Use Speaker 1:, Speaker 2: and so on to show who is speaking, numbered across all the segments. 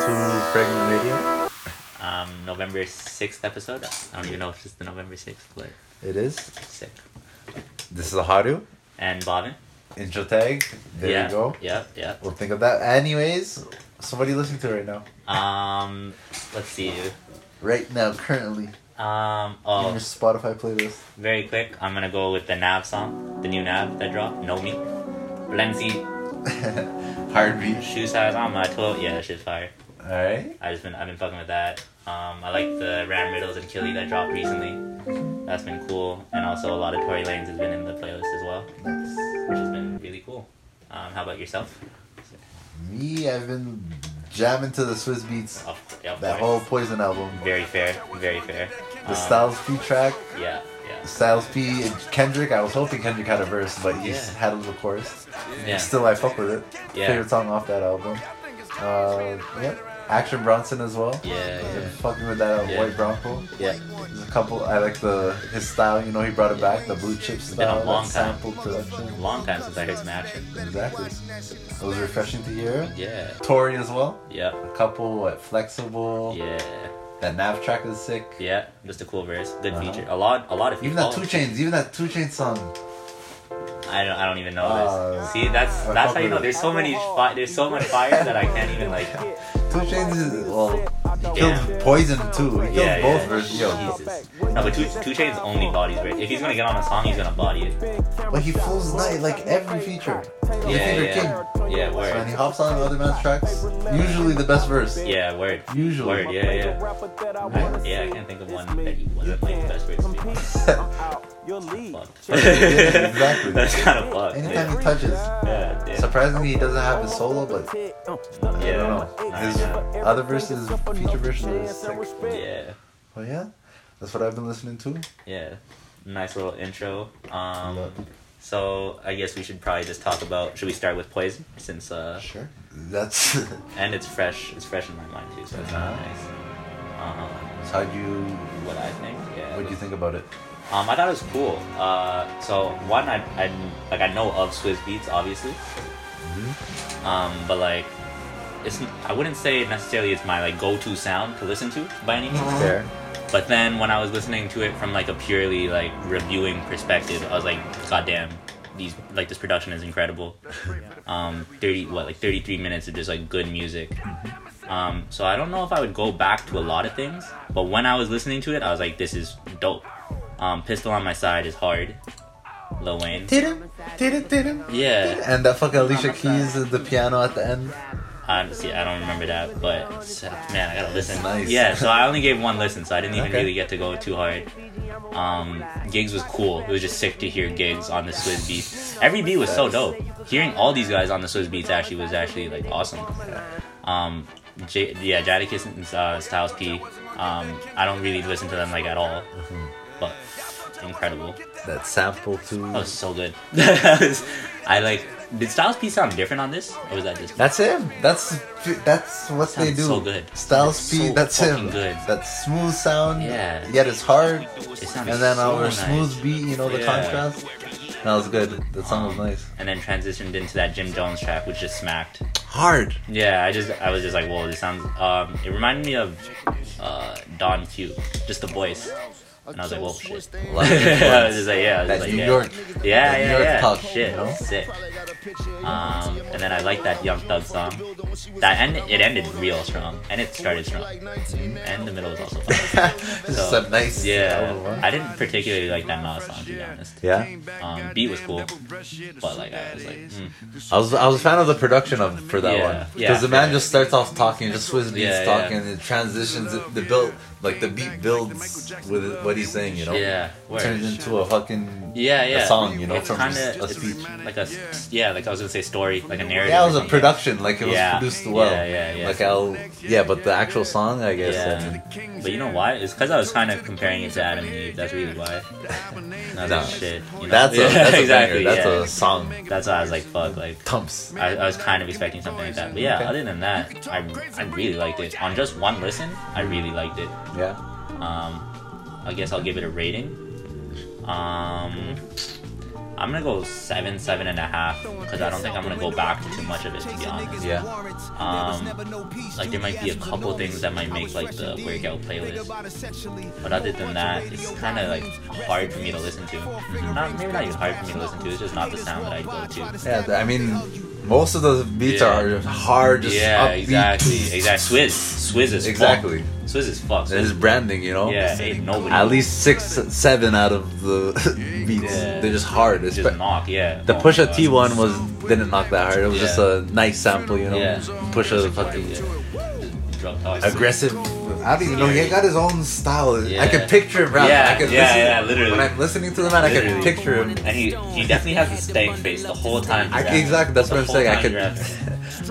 Speaker 1: on the radio?
Speaker 2: Um, November 6th episode. I don't even know if it's the November 6th, but
Speaker 1: It is.
Speaker 2: it's sick.
Speaker 1: This is a Haru
Speaker 2: And Bobbin.
Speaker 1: intro tag. There
Speaker 2: yeah,
Speaker 1: you go.
Speaker 2: Yep, yep.
Speaker 1: We'll think of that. Anyways, somebody listening to it right now.
Speaker 2: Um, let's see.
Speaker 1: Right now, currently.
Speaker 2: Um,
Speaker 1: In
Speaker 2: oh,
Speaker 1: your Spotify playlist.
Speaker 2: very quick. I'm gonna go with the Nav song, the new Nav that dropped, Nomi. Lenzi,
Speaker 1: Heartbeat.
Speaker 2: shoe size on my toe. Yeah, that shit's fire.
Speaker 1: Alright.
Speaker 2: I just been, I've been fucking with that. Um, I like the Ram Riddles and Killy that dropped recently. That's been cool. And also a lot of Tory Lanez has been in the playlist as well,
Speaker 1: Nice.
Speaker 2: which has been really cool. Um, how about yourself?
Speaker 1: Me, I've been jamming to the Swiss beats.
Speaker 2: Of, yeah, of
Speaker 1: That
Speaker 2: course.
Speaker 1: whole Poison album.
Speaker 2: Very fair, very fair. Um,
Speaker 1: The Styles P track.
Speaker 2: Yeah, yeah,
Speaker 1: Styles P. and Kendrick. I was hoping Kendrick had a verse, but he
Speaker 2: Yeah.
Speaker 1: had a little chorus.
Speaker 2: yeah.
Speaker 1: Still, I fuck with it.
Speaker 2: Yeah.
Speaker 1: Favorite song off that album. Uh, yeah. Action Bronson as well.
Speaker 2: Yeah,
Speaker 1: I've
Speaker 2: yeah.
Speaker 1: been fucking with that uh,
Speaker 2: Yeah.
Speaker 1: White Bronco.
Speaker 2: Yeah,
Speaker 1: There's a couple. I like the his style. You know, he brought it back. The blue chip
Speaker 2: been a
Speaker 1: style.
Speaker 2: long
Speaker 1: that
Speaker 2: time.
Speaker 1: sample production.
Speaker 2: long time since I heard some action.
Speaker 1: Exactly. It was refreshing to hear.
Speaker 2: Yeah,
Speaker 1: Tori as well.
Speaker 2: yeah,
Speaker 1: A couple. What flexible.
Speaker 2: yeah,
Speaker 1: That nav track is sick.
Speaker 2: yeah. Just a cool verse, good
Speaker 1: Uh-huh.
Speaker 2: feature. A lot, a lot of
Speaker 1: Even
Speaker 2: people.
Speaker 1: that two chains. Even that two chains song.
Speaker 2: I don't, I don't even know
Speaker 1: Uh,
Speaker 2: this. See, that's
Speaker 1: I
Speaker 2: that's
Speaker 1: fuck
Speaker 2: how you
Speaker 1: with
Speaker 2: know.
Speaker 1: it.
Speaker 2: There's so many, fi- there's so much fire that I can't even like.
Speaker 1: Two chains is well. Killed
Speaker 2: Yeah.
Speaker 1: Poison too. He killed
Speaker 2: Yeah,
Speaker 1: both
Speaker 2: yeah.
Speaker 1: versions. Yo,
Speaker 2: Jesus. No, but two, two Chainz only bodies. Right? If he's gonna get on a song, he's gonna body it.
Speaker 1: but he flows night like every feature.
Speaker 2: Yeah,
Speaker 1: Your favorite
Speaker 2: yeah, yeah.
Speaker 1: king. When he
Speaker 2: Word.
Speaker 1: hops on other man's tracks, usually the best verse.
Speaker 2: Yeah, word.
Speaker 1: Usually.
Speaker 2: Word. Yeah, yeah.
Speaker 3: I,
Speaker 2: yeah, I can't think of one that he wasn't like the best verse to be.
Speaker 1: exactly.
Speaker 2: That's kind of fucked.
Speaker 1: Anytime
Speaker 2: Yeah.
Speaker 1: he touches.
Speaker 2: Yeah, yeah.
Speaker 1: Surprisingly, he doesn't have his solo, but I
Speaker 2: Yeah.
Speaker 1: don't know.
Speaker 2: Nah,
Speaker 1: His
Speaker 2: yeah.
Speaker 1: other verses, feature version is sick.
Speaker 2: Yeah,
Speaker 1: But yeah, that's what I've been listening to.
Speaker 2: yeah. Nice little intro. Um,
Speaker 1: Love.
Speaker 2: so I guess we should probably just talk about. Should we start with Poison since uh,
Speaker 1: Sure. That's,
Speaker 2: and it's fresh. It's fresh in my mind too, so it's kind of nice. Um,
Speaker 1: that's how you.
Speaker 2: what I think. Yeah.
Speaker 1: What do Ah. you think about it?
Speaker 2: Um, I thought it was cool. Uh, so one, I, I like I know of Swiss Beats, obviously. Um, but like, it's I wouldn't say necessarily it's my like go-to sound to listen to by any means.
Speaker 1: Fair.
Speaker 2: But then when I was listening to it from like a purely like reviewing perspective, I was like, God damn, these like this production is incredible. um, thirty what like thirty three minutes of just like good music. Um, so I don't know if I would go back to a lot of things, but when I was listening to it, I was like, this is dope. Um, Pistol on my side is hard. Lil Wayne.
Speaker 1: Did him, did it, did him.
Speaker 2: Yeah.
Speaker 1: And that fucking Alicia Keys at the piano at the end.
Speaker 2: Honestly, I don't remember that, but it's- man, I gotta listen.
Speaker 1: Nice.
Speaker 2: Yeah, so I only gave one listen, so I didn't even
Speaker 1: Okay.
Speaker 2: really get to go too hard. Um, Gigs was cool. It was just sick to hear Gigs on the Swizz beats. Every beat was so dope. Hearing all these guys on the Swizz beats actually was actually like awesome. Um, J- yeah, Jadakiss and uh, Styles P. Um, I don't really listen to them like at all,
Speaker 1: Mm-hmm.
Speaker 2: but incredible.
Speaker 1: That sample too.
Speaker 2: That was so good. I like. Did Styles P sound different on this, or was that just?
Speaker 1: That's him. That's that's what they
Speaker 2: Sounds
Speaker 1: do.
Speaker 2: so good.
Speaker 1: Styles
Speaker 2: Sounds
Speaker 1: P.
Speaker 2: so
Speaker 1: that's him.
Speaker 2: fucking good.
Speaker 1: That smooth sound.
Speaker 2: Yeah.
Speaker 1: Yet it's hard.
Speaker 2: It sounded
Speaker 1: And then
Speaker 2: so
Speaker 1: our
Speaker 2: nice.
Speaker 1: smooth beat. You know the
Speaker 2: Yeah.
Speaker 1: contrast. That was good. That song was Oh, nice.
Speaker 2: and then transitioned into that Jim Jones track, which just smacked.
Speaker 1: Hard.
Speaker 2: Yeah, I just I was just like, whoa, this sounds. Um, it reminded me of uh, Don Q, just the voice, and I was like, whoa, shit. I was just like, yeah, I was
Speaker 1: That
Speaker 2: like,
Speaker 1: New
Speaker 2: yeah.
Speaker 1: York.
Speaker 2: Yeah,
Speaker 1: that
Speaker 2: yeah,
Speaker 1: New York
Speaker 2: yeah.
Speaker 1: talk,
Speaker 2: shit,
Speaker 1: you know?
Speaker 2: sick. Um, and then I like that Young Thug song. That end, it ended real strong, and it started strong, and the middle was also fun.
Speaker 1: This is
Speaker 2: So,
Speaker 1: a nice.
Speaker 2: Yeah,
Speaker 1: album.
Speaker 2: I didn't particularly like that Nas song, to be honest.
Speaker 1: Yeah.
Speaker 2: Um, beat was cool, but like I was like, mm.
Speaker 1: I was I was a fan of the production of for that
Speaker 2: Yeah,
Speaker 1: one because
Speaker 2: yeah.
Speaker 1: the man just starts off talking, just swizz beats
Speaker 2: Yeah, yeah.
Speaker 1: talking, and it transitions. It, the build like the beat builds with what he's saying, you know.
Speaker 2: yeah, word.
Speaker 1: Oh. Turns into a fucking
Speaker 2: Yeah, yeah.
Speaker 1: a song, you know,
Speaker 2: it's
Speaker 1: from
Speaker 2: kinda,
Speaker 1: a
Speaker 2: it's
Speaker 1: speech.
Speaker 2: like a yeah, like I was gonna say story, like a narrative.
Speaker 1: Yeah, it was
Speaker 2: or
Speaker 1: a
Speaker 2: something.
Speaker 1: production, like it was
Speaker 2: Yeah.
Speaker 1: produced well.
Speaker 2: Yeah, yeah, yeah.
Speaker 1: Like I'll, yeah, but the actual song, I guess. uh,
Speaker 2: Yeah, but you know why? It's because I was kind of comparing it to Adam and Eve. That's really why.
Speaker 1: No.
Speaker 2: No, that's shit. you know?
Speaker 1: That's a
Speaker 2: Yeah,
Speaker 1: that's a
Speaker 2: exactly.
Speaker 1: banger. That's
Speaker 2: yeah.
Speaker 1: a song.
Speaker 2: That's why I was like, fuck, like.
Speaker 1: Thumps.
Speaker 2: I, I was kind of expecting something like that, but yeah. Other than that, I, I really liked it. On just one listen, I really liked it.
Speaker 1: Yeah.
Speaker 2: Um, I guess I'll give it a rating. Um, I'm gonna go seven, seven and a half, because I don't think I'm gonna go back to too much of it to be honest.
Speaker 1: Yeah.
Speaker 2: Um, like there might be a couple things that might make like the workout playlist, but other than that, it's kind of like hard for me to listen to. Not maybe not even hard for me to listen to. It's just not the sound that I go to.
Speaker 1: Yeah, th- I mean, most of those beats
Speaker 2: Yeah.
Speaker 1: are hard, just
Speaker 2: yeah,
Speaker 1: upbeat.
Speaker 2: exactly, exactly. Swizz, Swizz is
Speaker 1: Exactly.
Speaker 2: Fuck. Swizz is fuck.
Speaker 1: There's branding, you know.
Speaker 2: yeah, ain't nobody.
Speaker 1: At least six, seven out of the beats,
Speaker 2: Yeah.
Speaker 1: they're just hard. It's
Speaker 2: just knock. Yeah.
Speaker 1: The
Speaker 2: Oh my
Speaker 1: Pusha
Speaker 2: God.
Speaker 1: T one was didn't knock that hard. It was
Speaker 2: Yeah.
Speaker 1: just a nice sample, you know.
Speaker 2: Yeah.
Speaker 1: Pusha fucking
Speaker 2: Just drug talk.
Speaker 1: aggressive. I don't even know. He got his own style. I
Speaker 2: Yeah.
Speaker 1: can picture him rapping.
Speaker 2: Yeah,
Speaker 1: I can
Speaker 2: yeah,
Speaker 1: listen.
Speaker 2: yeah, literally.
Speaker 1: When I'm listening to the man, I can
Speaker 2: Literally.
Speaker 1: picture him.
Speaker 2: And he, he definitely has a stank face the whole time.
Speaker 1: I
Speaker 2: he's
Speaker 1: can,
Speaker 2: rapping.
Speaker 1: exactly. That's
Speaker 2: The
Speaker 1: what I'm
Speaker 2: whole
Speaker 1: saying. I
Speaker 2: time
Speaker 1: can,
Speaker 2: he's rapping.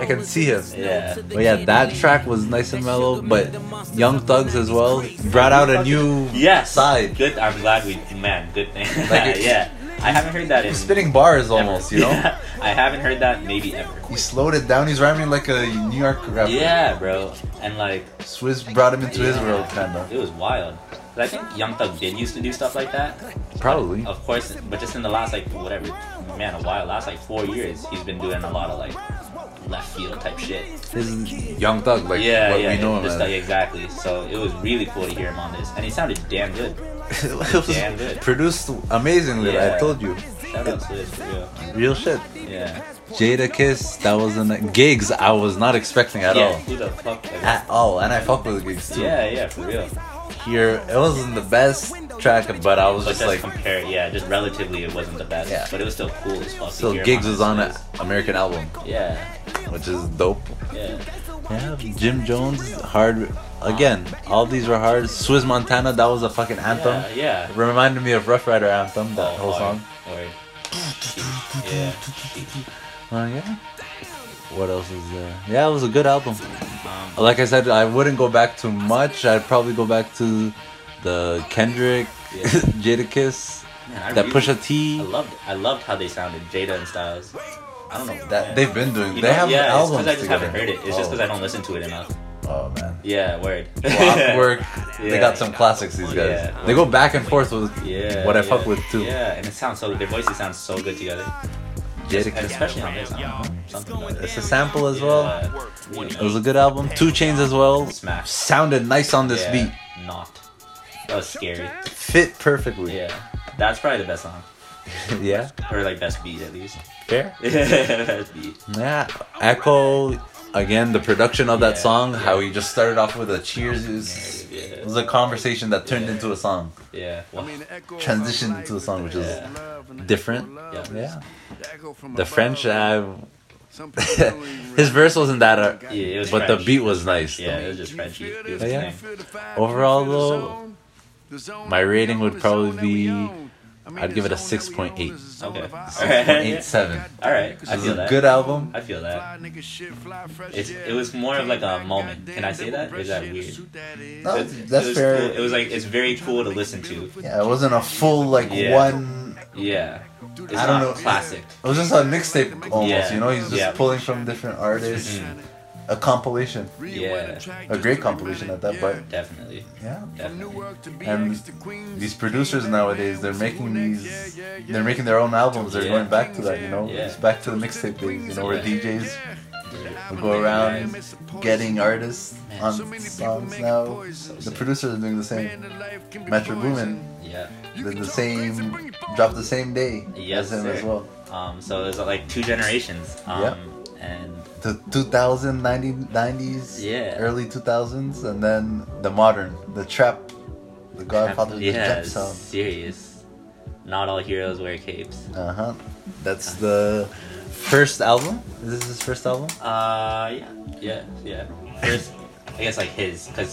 Speaker 1: I can see him.
Speaker 2: Yeah.
Speaker 1: But yeah, that track was nice and mellow. But Young Thugs as well brought out a new
Speaker 2: Yes.
Speaker 1: side.
Speaker 2: Good. I'm glad we. Man, good thing.
Speaker 1: Like it-
Speaker 2: yeah. I haven't heard that in.
Speaker 1: Spitting bars almost, you know.
Speaker 2: Yeah, I haven't heard that maybe ever.
Speaker 1: He slowed it down. He's rhyming like a New York rapper.
Speaker 2: Yeah, bro. And like,
Speaker 1: Swizz brought him into his world, kinda.
Speaker 2: it was wild. 'Cause I think Young Thug did used to do stuff like that.
Speaker 1: Probably.
Speaker 2: Of course, but just in the last like whatever, man, a while, last like four years, he's been doing a lot of like left field type shit.
Speaker 1: This is Young Thug, like
Speaker 2: yeah,
Speaker 1: what
Speaker 2: yeah,
Speaker 1: we know him
Speaker 2: just
Speaker 1: as.
Speaker 2: like exactly. So it was really cool to hear him on this, and he sounded damn good.
Speaker 1: it was
Speaker 2: Damn good.
Speaker 1: produced amazingly.
Speaker 2: Yeah.
Speaker 1: I told you,
Speaker 2: Shout out to this for real.
Speaker 1: real shit.
Speaker 2: Yeah,
Speaker 1: Jada Kiss, that was an gigs I was not expecting at
Speaker 2: yeah.
Speaker 1: all,
Speaker 2: Who the fuck?
Speaker 1: at all. And I fuck with gigs too.
Speaker 2: yeah, yeah, for real.
Speaker 1: Here, it wasn't the best track, but I was
Speaker 2: But
Speaker 1: just
Speaker 2: just
Speaker 1: like,
Speaker 2: compare, yeah, just relatively, it wasn't the best,
Speaker 1: Yeah.
Speaker 2: but it was still cool as fuck. to
Speaker 1: so
Speaker 2: hear him
Speaker 1: gigs was
Speaker 2: this
Speaker 1: on an
Speaker 2: list.
Speaker 1: American album,
Speaker 2: Yeah,
Speaker 1: which is dope.
Speaker 2: yeah.
Speaker 1: Yeah, Jim Jones, hard. Again, all these were hard. Swizz Montana, that was a fucking anthem.
Speaker 2: Yeah, yeah.
Speaker 1: Reminded me of Rough Rider anthem, that whole
Speaker 2: or-
Speaker 1: song.
Speaker 2: Or, yeah.
Speaker 1: Oh yeah. What else is there? Yeah, it was a good album.
Speaker 2: Um,
Speaker 1: Like I said, I wouldn't go back to much. I'd probably go back to the Kendrick,
Speaker 2: Yeah.
Speaker 1: Jadakiss,
Speaker 2: Man, I
Speaker 1: that
Speaker 2: really-
Speaker 1: Pusha
Speaker 2: I
Speaker 1: T.
Speaker 2: loved, I loved how they sounded, Jada and Styles. I don't know
Speaker 1: That they've been doing.
Speaker 2: You
Speaker 1: they
Speaker 2: know,
Speaker 1: have
Speaker 2: yeah, it's 'cause
Speaker 1: albums
Speaker 2: I just
Speaker 1: together.
Speaker 2: haven't heard it. It's just because I don't listen to it enough.
Speaker 1: Oh man.
Speaker 2: Yeah, word.
Speaker 1: Block work. They
Speaker 2: Yeah.
Speaker 1: got some classics. These guys.
Speaker 2: Yeah.
Speaker 1: They go back and forth with
Speaker 2: Yeah.
Speaker 1: what I
Speaker 2: yeah,
Speaker 1: fuck with too.
Speaker 2: Yeah, and it sounds so. Their voices sound so good together, and
Speaker 1: Jadakiss.
Speaker 2: especially on this. I don't know, something about it.
Speaker 1: It's a sample as well.
Speaker 2: Yeah,
Speaker 1: It was a good album. Two Chains as well.
Speaker 2: Smash.
Speaker 1: Sounded nice on this
Speaker 2: yeah,
Speaker 1: beat.
Speaker 2: Not. That was scary.
Speaker 1: Fit perfectly.
Speaker 2: Yeah, that's probably the best song,
Speaker 1: yeah.
Speaker 2: or like best beat at least.
Speaker 1: Fair.
Speaker 2: best beat.
Speaker 1: Yeah, Echo. Again, the production of that
Speaker 2: Yeah,
Speaker 1: song, how he just started off with a cheers, it was,
Speaker 2: Yeah.
Speaker 1: it was a conversation that turned into a song,
Speaker 2: Yeah. Wow.
Speaker 1: transitioned into a song, which is
Speaker 2: Yeah.
Speaker 1: different.
Speaker 2: Yeah.
Speaker 1: Yeah, the
Speaker 3: The
Speaker 1: French, uh, his
Speaker 3: his
Speaker 1: verse wasn't that, uh,
Speaker 2: Yeah, it was
Speaker 1: but the
Speaker 2: French.
Speaker 1: beat was nice.
Speaker 2: Yeah,
Speaker 1: though.
Speaker 2: it was just Frenchy. It was
Speaker 1: But yeah.
Speaker 2: his name.
Speaker 1: Overall, though, my rating would probably be- I'd give it a 6.8.
Speaker 2: Okay.
Speaker 1: Eight seven.
Speaker 2: All right. I
Speaker 1: This is
Speaker 2: feel
Speaker 1: a
Speaker 2: that.
Speaker 1: good album.
Speaker 2: I feel that. It's, it was more of like a moment. Can I say that? Is that weird?
Speaker 1: No,
Speaker 2: It-
Speaker 1: that's
Speaker 2: it was
Speaker 1: fair.
Speaker 2: cool- It was like it's very cool to listen to.
Speaker 1: Yeah, it wasn't a full like
Speaker 2: Yeah.
Speaker 1: one.
Speaker 2: Yeah, it's
Speaker 1: I don't
Speaker 2: not
Speaker 1: know.
Speaker 2: classic.
Speaker 1: It was just a mixtape almost.
Speaker 2: Yeah.
Speaker 1: You know, he's just
Speaker 2: Yeah. Mm-hmm.
Speaker 1: pulling from different artists, a compilation,
Speaker 2: Yeah.
Speaker 1: a great compilation at that. But
Speaker 2: Definitely,
Speaker 1: yeah,
Speaker 2: definitely.
Speaker 1: and these producers nowadays they're making these they're making their own albums they're
Speaker 2: Yeah.
Speaker 1: going back to that you know
Speaker 2: Yeah.
Speaker 1: it's back to the mixtape days you know where
Speaker 2: Yeah.
Speaker 1: djs would go around getting artists on songs now the producers are doing the same metro boomin
Speaker 2: Yeah.
Speaker 1: did the same dropped the same day
Speaker 2: Yes,
Speaker 1: as him as
Speaker 2: sir.
Speaker 1: well
Speaker 2: Um. So there's like two generations. Um. And
Speaker 1: the 2000 90 90s
Speaker 2: Yeah.
Speaker 1: early 2000s and then the modern the trap the godfather of the
Speaker 2: yeah,
Speaker 1: trap
Speaker 2: it's
Speaker 1: sound
Speaker 2: serious. Not all heroes wear capes.
Speaker 1: Uh huh. That's the first album. Is this his first album?
Speaker 2: Uh. Yeah. Yeah. Yeah. First, I guess like his, because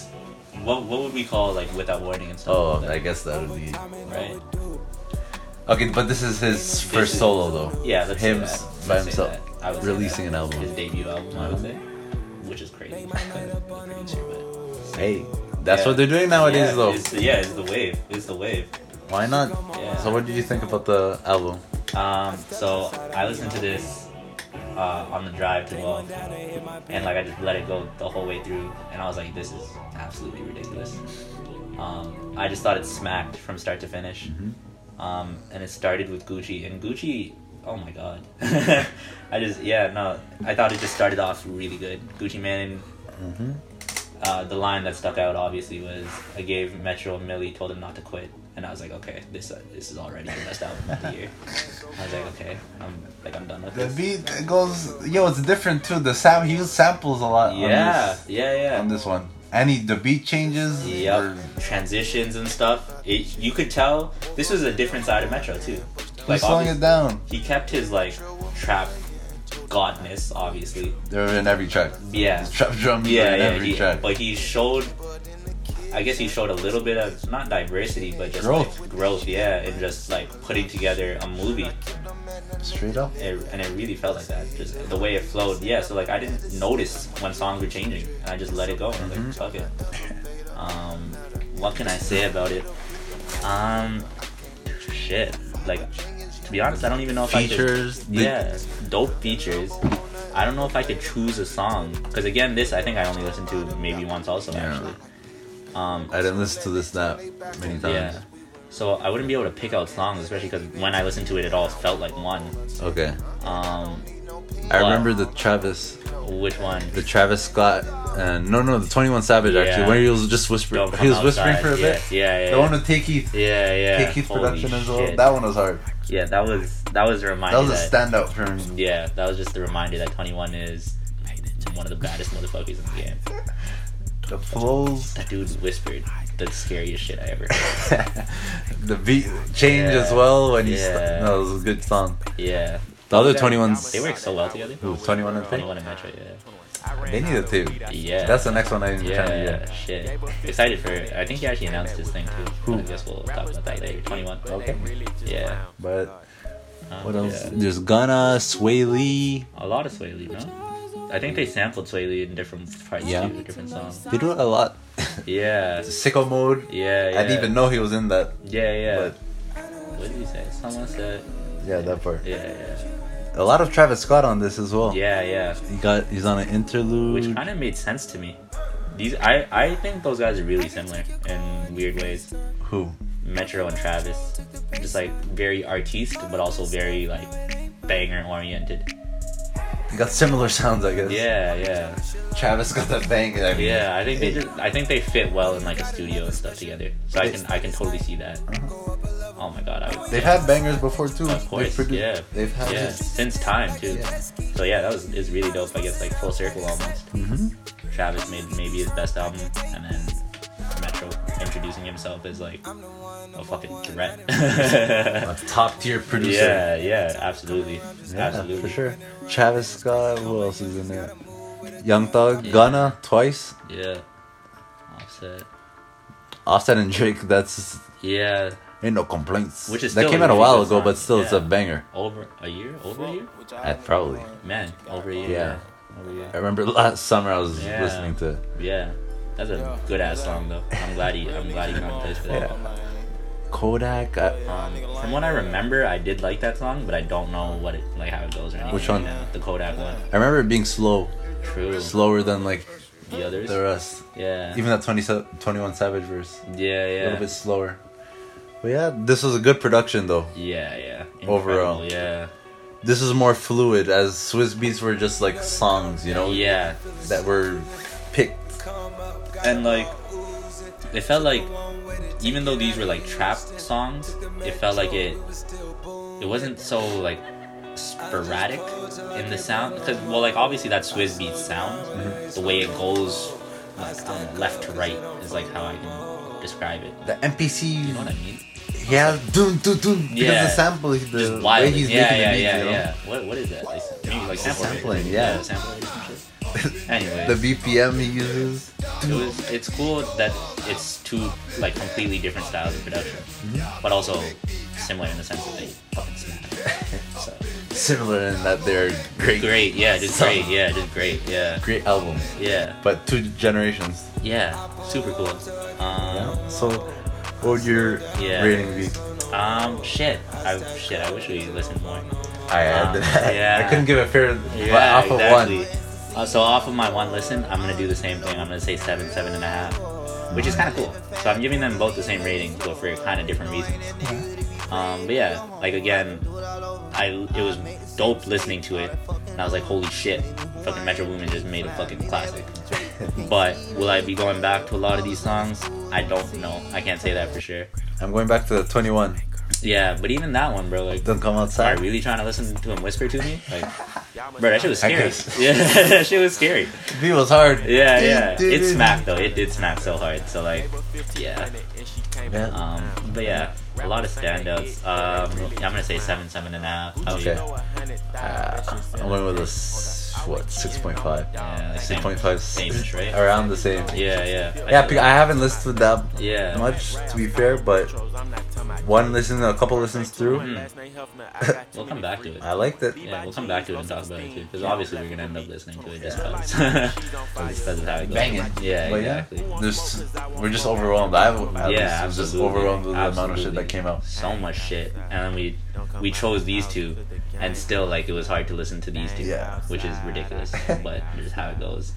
Speaker 2: what what would we call like without warning and stuff?
Speaker 1: Oh, I
Speaker 2: like,
Speaker 1: guess that would be.
Speaker 2: that, right.
Speaker 1: Okay, but this is his first
Speaker 2: is-
Speaker 1: solo though.
Speaker 2: Yeah, let's
Speaker 1: him
Speaker 2: say
Speaker 1: s-
Speaker 2: that.
Speaker 1: by
Speaker 2: Let's say
Speaker 1: himself
Speaker 2: that. I would say
Speaker 1: releasing
Speaker 2: that.
Speaker 1: an album.
Speaker 2: His debut album, I would say, which is crazy. The producer, but-
Speaker 1: Hey, that's
Speaker 2: Yeah.
Speaker 1: what they're doing nowadays
Speaker 2: yeah,
Speaker 1: though.
Speaker 2: It's, yeah, it's the wave. It's the wave.
Speaker 1: Why not?
Speaker 2: Yeah.
Speaker 1: So, what did you think about the album?
Speaker 2: Um, so I listened to this uh, on the drive to Guelph, and like I just let it go the whole way through, and I was like, this is absolutely ridiculous. Um, I just thought it smacked from start to finish. um, and it started with Gucci. And Gucci, oh my god, I just yeah no, I thought it just started off really good. Gucci Man and
Speaker 1: Mm-hmm.
Speaker 2: uh, the line that stuck out obviously was I gave Metro a Millie, told him not to quit, and I was like, okay, this uh, this is already the best album of the year. I was like, okay, I'm like I'm done with
Speaker 1: The
Speaker 2: this.
Speaker 1: beat that goes, yo, it's different too. The sam he used samples a lot. on
Speaker 2: Yeah,
Speaker 1: this, on
Speaker 2: yeah,
Speaker 1: this one, and he, the beat changes.
Speaker 2: yeah. Yep. Transitions and stuff. It, you could tell this was a different side of Metro too.
Speaker 1: He's slowing
Speaker 2: obvious-
Speaker 1: it down.
Speaker 2: he kept his like trap godness, obviously.
Speaker 1: They're in every track.
Speaker 2: Yeah.
Speaker 1: Trap drum. Yeah,
Speaker 2: Yeah,
Speaker 1: in
Speaker 2: yeah.
Speaker 1: every
Speaker 2: he-
Speaker 1: track.
Speaker 2: but he showed I guess he showed a little bit of not diversity but just
Speaker 1: Growth.
Speaker 2: like, growth, yeah, and just like putting together a movie.
Speaker 1: Straight up.
Speaker 2: It, and it really felt like that. Just the way it flowed. Yeah, so like I didn't notice when songs were changing. And I just let it go and
Speaker 1: Mm-hmm.
Speaker 2: I was like, fuck it. Um what can I say about it? Um shit. Like to be honest, I don't even know if I could
Speaker 1: Features. the-
Speaker 2: yeah, dope features. I don't know if I could choose a song because again, this I think I only listened to maybe once also
Speaker 1: Yeah.
Speaker 2: actually. Um,
Speaker 1: I didn't listen to this that many times.
Speaker 2: yeah. So I wouldn't be able to pick out songs, especially because when I listened to it, it all felt like one.
Speaker 1: Okay.
Speaker 2: Um,
Speaker 1: I remember the Travis,
Speaker 2: which one?
Speaker 1: the Travis Scott, and no, no, the Twenty One Savage actually.
Speaker 2: Yeah.
Speaker 1: When he was just whispering,
Speaker 2: Don't Come
Speaker 1: he was whispering
Speaker 2: Outside.
Speaker 1: for a
Speaker 2: yeah,
Speaker 1: bit.
Speaker 2: Yeah, yeah.
Speaker 1: The one with Take Keith,
Speaker 2: yeah, yeah.
Speaker 1: Take Keith
Speaker 2: Holy
Speaker 1: production as well.
Speaker 2: shit.
Speaker 1: That one was hard.
Speaker 2: yeah, that was that was a reminder.
Speaker 1: That was a standout for me.
Speaker 2: yeah, that was just a reminder that 21 is one of the baddest motherfuckers in the game.
Speaker 1: The flows,
Speaker 2: That dude whispered the scariest shit I ever heard.
Speaker 1: the beat change
Speaker 2: Yeah.
Speaker 1: as well when you. St-
Speaker 2: Yeah.
Speaker 1: no, it was a good song.
Speaker 2: Yeah.
Speaker 1: The other
Speaker 2: Yeah.
Speaker 1: Twenty Ones,
Speaker 2: They work so well together.
Speaker 1: who Twenty One and
Speaker 2: They
Speaker 1: Fake,
Speaker 2: want to match it,
Speaker 1: they need a tape.
Speaker 2: yeah.
Speaker 1: That's the next one I'm
Speaker 2: Yeah.
Speaker 1: trying to
Speaker 2: Yeah.
Speaker 1: get.
Speaker 2: Shit. Excited for it. I think he actually announced his thing too.
Speaker 1: Who?
Speaker 2: I guess we'll talk about that later. 21.
Speaker 1: Okay.
Speaker 2: Yeah.
Speaker 1: But
Speaker 2: Um,
Speaker 1: what else?
Speaker 2: yeah.
Speaker 1: There's Ghana, Sway Lee.
Speaker 2: A lot of Sway Lee, no? I think they sampled Sway Lee in different parts
Speaker 1: Yeah.
Speaker 2: too, different songs.
Speaker 1: They do it a lot.
Speaker 2: Yeah.
Speaker 1: Sicko Mode.
Speaker 2: Yeah. yeah.
Speaker 1: I didn't even know he was in that.
Speaker 2: Yeah, yeah.
Speaker 1: But
Speaker 2: What did you say? Someone said.
Speaker 1: yeah, that part.
Speaker 2: Yeah,
Speaker 1: A lot of Travis Scott on this as well.
Speaker 2: yeah. Yeah, yeah.
Speaker 1: He got he's on an
Speaker 2: which
Speaker 1: interlude.
Speaker 2: kind of made sense to me. These I I think those guys are really similar in weird ways.
Speaker 1: Who?
Speaker 2: Metro and Travis, just like very artiste, but also very like banger oriented.
Speaker 1: He got similar sounds, I guess.
Speaker 2: Yeah, yeah,
Speaker 1: Travis got that bang. I mean,
Speaker 2: yeah. I think they just I think they fit well in like a studio and stuff together. So I can I can totally see that.
Speaker 1: Uh-huh.
Speaker 2: Oh my god, I would.
Speaker 1: They've
Speaker 2: yeah.
Speaker 1: had bangers before too.
Speaker 2: Of course,
Speaker 1: they've produced,
Speaker 2: yeah.
Speaker 1: They've had.
Speaker 2: yeah, since time too. So yeah, that was is really dope. I guess like full circle almost.
Speaker 1: Mm-hmm.
Speaker 2: Travis made maybe his best album, and then Metro introducing himself as like a fucking threat. yeah,
Speaker 1: A top tier producer.
Speaker 2: yeah, absolutely,
Speaker 1: Yeah,
Speaker 2: absolutely.
Speaker 1: for sure. Travis Scott. Who else is in there? Young Thug, Ghana twice.
Speaker 2: Yeah, Offset.
Speaker 1: Offset and Drake. That's
Speaker 2: Yeah,
Speaker 1: ain't no complaints.
Speaker 2: Which is
Speaker 1: that
Speaker 2: still
Speaker 1: came
Speaker 2: a
Speaker 1: out a
Speaker 2: really
Speaker 1: while
Speaker 2: good
Speaker 1: ago,
Speaker 2: song.
Speaker 1: but still, it's
Speaker 2: Yeah.
Speaker 1: a banger.
Speaker 2: over a year, over a year,
Speaker 1: At probably.
Speaker 2: man, over a year.
Speaker 1: Yeah.
Speaker 2: over a
Speaker 1: I
Speaker 2: year.
Speaker 1: remember last summer I was
Speaker 2: Yeah.
Speaker 1: listening to. it.
Speaker 2: Yeah, that's a good ass song though. I'm glad he, I'm glad he got placed for that.
Speaker 1: Yeah. Kodak. I,
Speaker 2: Um, from what I remember, I did like that song, but I don't know what it like how it goes or anything.
Speaker 1: Which one?
Speaker 2: The Kodak one.
Speaker 1: I remember it being slow,
Speaker 2: True.
Speaker 1: slower than like
Speaker 2: The others.
Speaker 1: the rest.
Speaker 2: yeah.
Speaker 1: Even that 20, Sa- 21 Savage verse,
Speaker 2: yeah.
Speaker 1: a little
Speaker 2: Yeah.
Speaker 1: bit slower. But yeah, this was a good production though.
Speaker 2: Yeah. Yeah.
Speaker 1: Overall.
Speaker 2: Incredible, Yeah.
Speaker 1: This was more fluid, as Swiss beats were just like songs, you know,
Speaker 2: Yeah.
Speaker 1: that were picked.
Speaker 2: And like, it felt like, even though these were like trap songs, it felt like it, it wasn't so like sporadic in the sound because well like obviously that Swizz beat sound
Speaker 1: Mm-hmm.
Speaker 2: the way it goes like I don't know, left to right is like how I can describe it
Speaker 1: The MPC,
Speaker 2: You know what I mean?
Speaker 1: he has doom doom doom because
Speaker 2: Yeah.
Speaker 1: the sample, the
Speaker 2: Just
Speaker 1: way
Speaker 2: wild.
Speaker 1: he's
Speaker 2: yeah,
Speaker 1: making
Speaker 2: yeah,
Speaker 1: the beat,
Speaker 2: yeah,
Speaker 1: you know?
Speaker 2: yeah. What, what is that? Like, maybe like sampling.
Speaker 1: Sampling, yeah.
Speaker 2: sampling or some shit. Anyway,
Speaker 1: The BPM he uses.
Speaker 2: it was, it's cool that it's two like completely different styles of production,
Speaker 1: Mm-hmm.
Speaker 2: but also similar in the sense that they fucking smash. so
Speaker 1: Similar in that they're great, great,
Speaker 2: great, yeah, just
Speaker 1: So-
Speaker 2: great, yeah, just great, yeah,
Speaker 1: great album,
Speaker 2: yeah,
Speaker 1: but two generations.
Speaker 2: yeah, super cool. Um,
Speaker 1: Yeah. So, what would your
Speaker 2: Yeah.
Speaker 1: rating be?
Speaker 2: um, shit, I shit, I wish we listened more.
Speaker 1: I,
Speaker 2: Uh, yeah.
Speaker 1: I couldn't give a fair but
Speaker 2: Yeah,
Speaker 1: off of
Speaker 2: exactly.
Speaker 1: one.
Speaker 2: Uh, so off of my one listen, I'm gonna do the same thing. I'm gonna say seven, seven and a half, which is kind of cool. So I'm giving them both the same rating, but for kind of different reasons.
Speaker 1: Mm-hmm.
Speaker 2: Um, but yeah, like again, I it was dope listening to it, and I was like, holy shit, fucking Metro Boomin just made a fucking classic. but will I be going back to a lot of these songs? I don't know. I can't say that for sure.
Speaker 1: I'm going back to the 21.
Speaker 2: Yeah, but even that one, bro, like,
Speaker 1: Don't come
Speaker 2: are
Speaker 1: outside.
Speaker 2: you really trying to listen to him whisper to me? Like, bro, that shit was scary. Yeah, that shit was scary.
Speaker 1: Beat was hard.
Speaker 2: Yeah, yeah. It smacked though. It did smack so hard. So like, yeah.
Speaker 1: Yeah.
Speaker 2: Um, but yeah, a lot of standouts. Um, I'm gonna say seven, seven and a half. How about you?
Speaker 1: Okay. Uh, I'm going with a s- what 6.5.
Speaker 2: Yeah, like same-
Speaker 1: 6.5.
Speaker 2: same-ish, right?
Speaker 1: Around the same.
Speaker 2: Yeah, yeah. I
Speaker 1: Yeah,
Speaker 2: feel
Speaker 1: pe- I haven't listened that
Speaker 2: Yeah.
Speaker 1: much to be fair, but one listen, a couple listens through,
Speaker 2: We'll come back to it.
Speaker 1: I liked it.
Speaker 2: Yeah, we'll come back to it and talk about it too. Because obviously we're gonna end up listening to it just because. just because of how it goes.
Speaker 1: Banging.
Speaker 2: Yeah,
Speaker 1: But yeah,
Speaker 2: exactly.
Speaker 1: there's, we're just overwhelmed. I at
Speaker 2: yeah,
Speaker 1: least was just overwhelmed with the amount of shit that
Speaker 2: absolutely.
Speaker 1: came out.
Speaker 2: So much shit, and then we we chose these two, and still like it was hard to listen to these two,
Speaker 1: Yeah.
Speaker 2: which is ridiculous, but this is how it goes.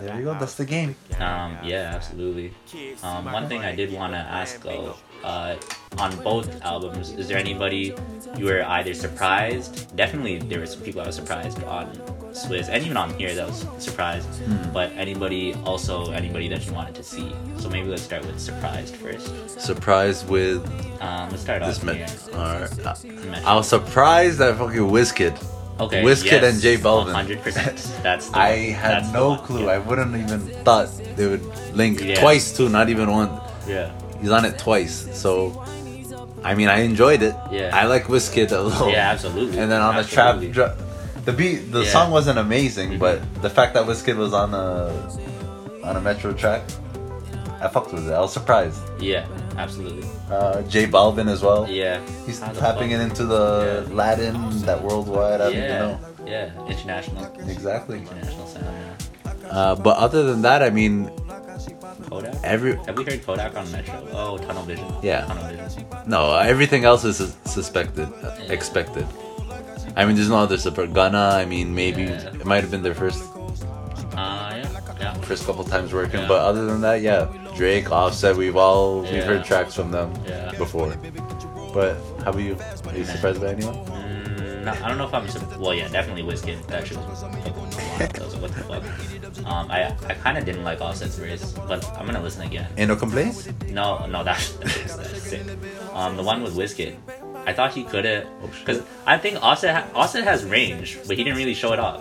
Speaker 1: There you go. That's the game.
Speaker 2: Um, yeah, absolutely. Um, one thing I did want to ask though, uh, on both albums, is there anybody you were either surprised? Definitely, there were some people I was surprised on Swizz, and even on here that was surprised.
Speaker 1: Hmm.
Speaker 2: But anybody also anybody that you wanted to see? So maybe let's start with surprised first.
Speaker 1: Surprised with
Speaker 2: Um, let's start
Speaker 1: this
Speaker 2: off
Speaker 1: man.
Speaker 2: here. Metro.
Speaker 1: I was surprised that fucking Wizkid.
Speaker 2: Okay.
Speaker 1: Wizkid and J Balvin.
Speaker 2: Hundred percent. That's. The,
Speaker 1: I
Speaker 2: that's
Speaker 1: had
Speaker 2: the
Speaker 1: no
Speaker 2: one.
Speaker 1: clue. I
Speaker 2: Yeah.
Speaker 1: wouldn't even thought they would link
Speaker 2: Yeah.
Speaker 1: twice too. Not even one.
Speaker 2: yeah.
Speaker 1: He's on it twice. So, I mean, I enjoyed it.
Speaker 2: Yeah.
Speaker 1: I like Wizkid a little.
Speaker 2: Yeah, absolutely.
Speaker 1: And then on
Speaker 2: absolutely.
Speaker 1: the trap, dr- the beat, the
Speaker 2: Yeah.
Speaker 1: song wasn't amazing,
Speaker 2: Mhm.
Speaker 1: but the fact that Wizkid was on a on a Metro track, I fucked with it. I was surprised.
Speaker 2: Yeah, absolutely.
Speaker 1: Uh, J Balvin as well.
Speaker 2: Yeah.
Speaker 1: He's
Speaker 2: How the
Speaker 1: tapping it
Speaker 2: fuck-
Speaker 1: into the
Speaker 2: Yeah.
Speaker 1: Latin, that worldwide. I don't
Speaker 2: yeah.
Speaker 1: know.
Speaker 2: Yeah. International.
Speaker 1: Exactly.
Speaker 2: International sound.
Speaker 1: Uh, but other than that, I mean,
Speaker 2: Yeah. Kodak.
Speaker 1: every
Speaker 2: Have we heard Kodak on Metro? Oh, Tunnel Vision.
Speaker 1: Yeah.
Speaker 2: Tunnel Vision. Uh,
Speaker 1: no, everything else is sus- suspected, uh,
Speaker 2: Yeah.
Speaker 1: expected. I mean, there's no other support. Ghana, I mean, maybe
Speaker 2: Yeah.
Speaker 1: it might have been their first
Speaker 2: Uh, yeah. Yeah.
Speaker 1: first couple times working,
Speaker 2: Yeah.
Speaker 1: but other than that, yeah, Drake, Offset, we've all we've
Speaker 2: Yeah.
Speaker 1: heard tracks from them
Speaker 2: Yeah.
Speaker 1: before. But how about you? Are you surprised by anyone?
Speaker 2: Mm, no, I don't know if I'm. sur- Well, yeah, definitely Wizkid. That shit was fucking wild. I was like, what the fuck? Um, I I kind of didn't like Offset's verse, but I'm gonna listen again.
Speaker 1: And no complaints?
Speaker 2: No, no, that's, that's, that's sick. Um, the one with Wizkid, I thought he could have, because I think Offset ha- Offset has range, but he didn't really show it off.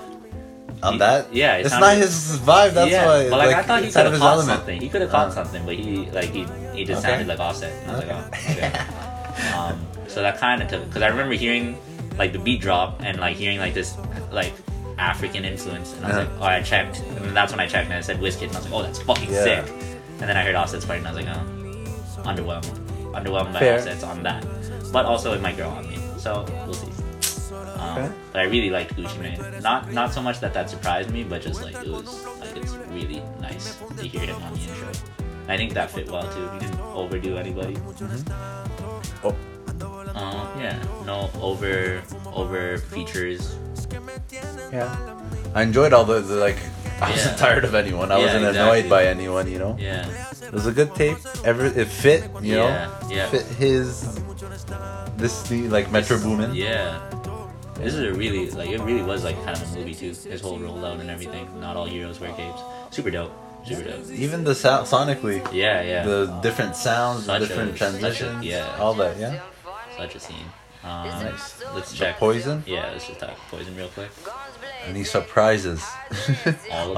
Speaker 1: On
Speaker 2: He-
Speaker 1: that?
Speaker 2: yeah, it
Speaker 1: it's
Speaker 2: sounded-
Speaker 1: not his vibe. That's
Speaker 2: yeah,
Speaker 1: why.
Speaker 2: but like, I thought he
Speaker 1: it's out of
Speaker 2: could have
Speaker 1: his
Speaker 2: caught
Speaker 1: element.
Speaker 2: something. He could have caught
Speaker 1: Uh.
Speaker 2: something, but he like he he just
Speaker 1: Okay.
Speaker 2: sounded like Offset. And I was like, oh,
Speaker 1: Okay.
Speaker 2: okay. um, so that kind of took because I remember hearing like the beat drop and like hearing like this like African influence, and I was
Speaker 1: Uh-huh.
Speaker 2: like, oh, I checked, and then that's when I checked and I said Wizkid, and I was like, oh, that's fucking
Speaker 1: Yeah.
Speaker 2: sick. And then I heard Offset's part, and I was like, oh underwhelmed. Underwhelmed by
Speaker 1: Fair.
Speaker 2: offsets on that. But also it might grow on me. So we'll see. Um,
Speaker 1: Okay.
Speaker 2: But I really liked Gucci Mane. Not not so much that that surprised me, but just like it was like it's really nice to hear him on the intro. I think that fit well too. He didn't overdo anybody.
Speaker 1: Oh.
Speaker 2: Um, yeah, no over over features.
Speaker 1: Yeah. I enjoyed all the, the like. I wasn't
Speaker 2: Yeah.
Speaker 1: tired of anyone. I
Speaker 2: Yeah,
Speaker 1: wasn't
Speaker 2: exactly.
Speaker 1: annoyed by anyone. You know,
Speaker 2: Yeah,
Speaker 1: it was a good tape. Ever it fit. You
Speaker 2: yeah,
Speaker 1: know,
Speaker 2: yeah,
Speaker 1: fit his this the like Metro Boomin.
Speaker 2: Yeah. This is a really like it really was like kind of a movie too. His whole rollout and everything. Not all heroes wear capes. Super dope. Super dope.
Speaker 1: Even the sound sonically,
Speaker 2: Yeah, yeah.
Speaker 1: the different sounds, the
Speaker 2: Such a-
Speaker 1: different
Speaker 2: such a-
Speaker 1: transitions,
Speaker 2: yeah.
Speaker 1: all that. Yeah.
Speaker 2: Such a scene. Um,
Speaker 1: Nice.
Speaker 2: Let's
Speaker 1: The
Speaker 2: check.
Speaker 1: Poison?
Speaker 2: Yeah, let's just talk poison real quick.
Speaker 1: Any surprises
Speaker 2: All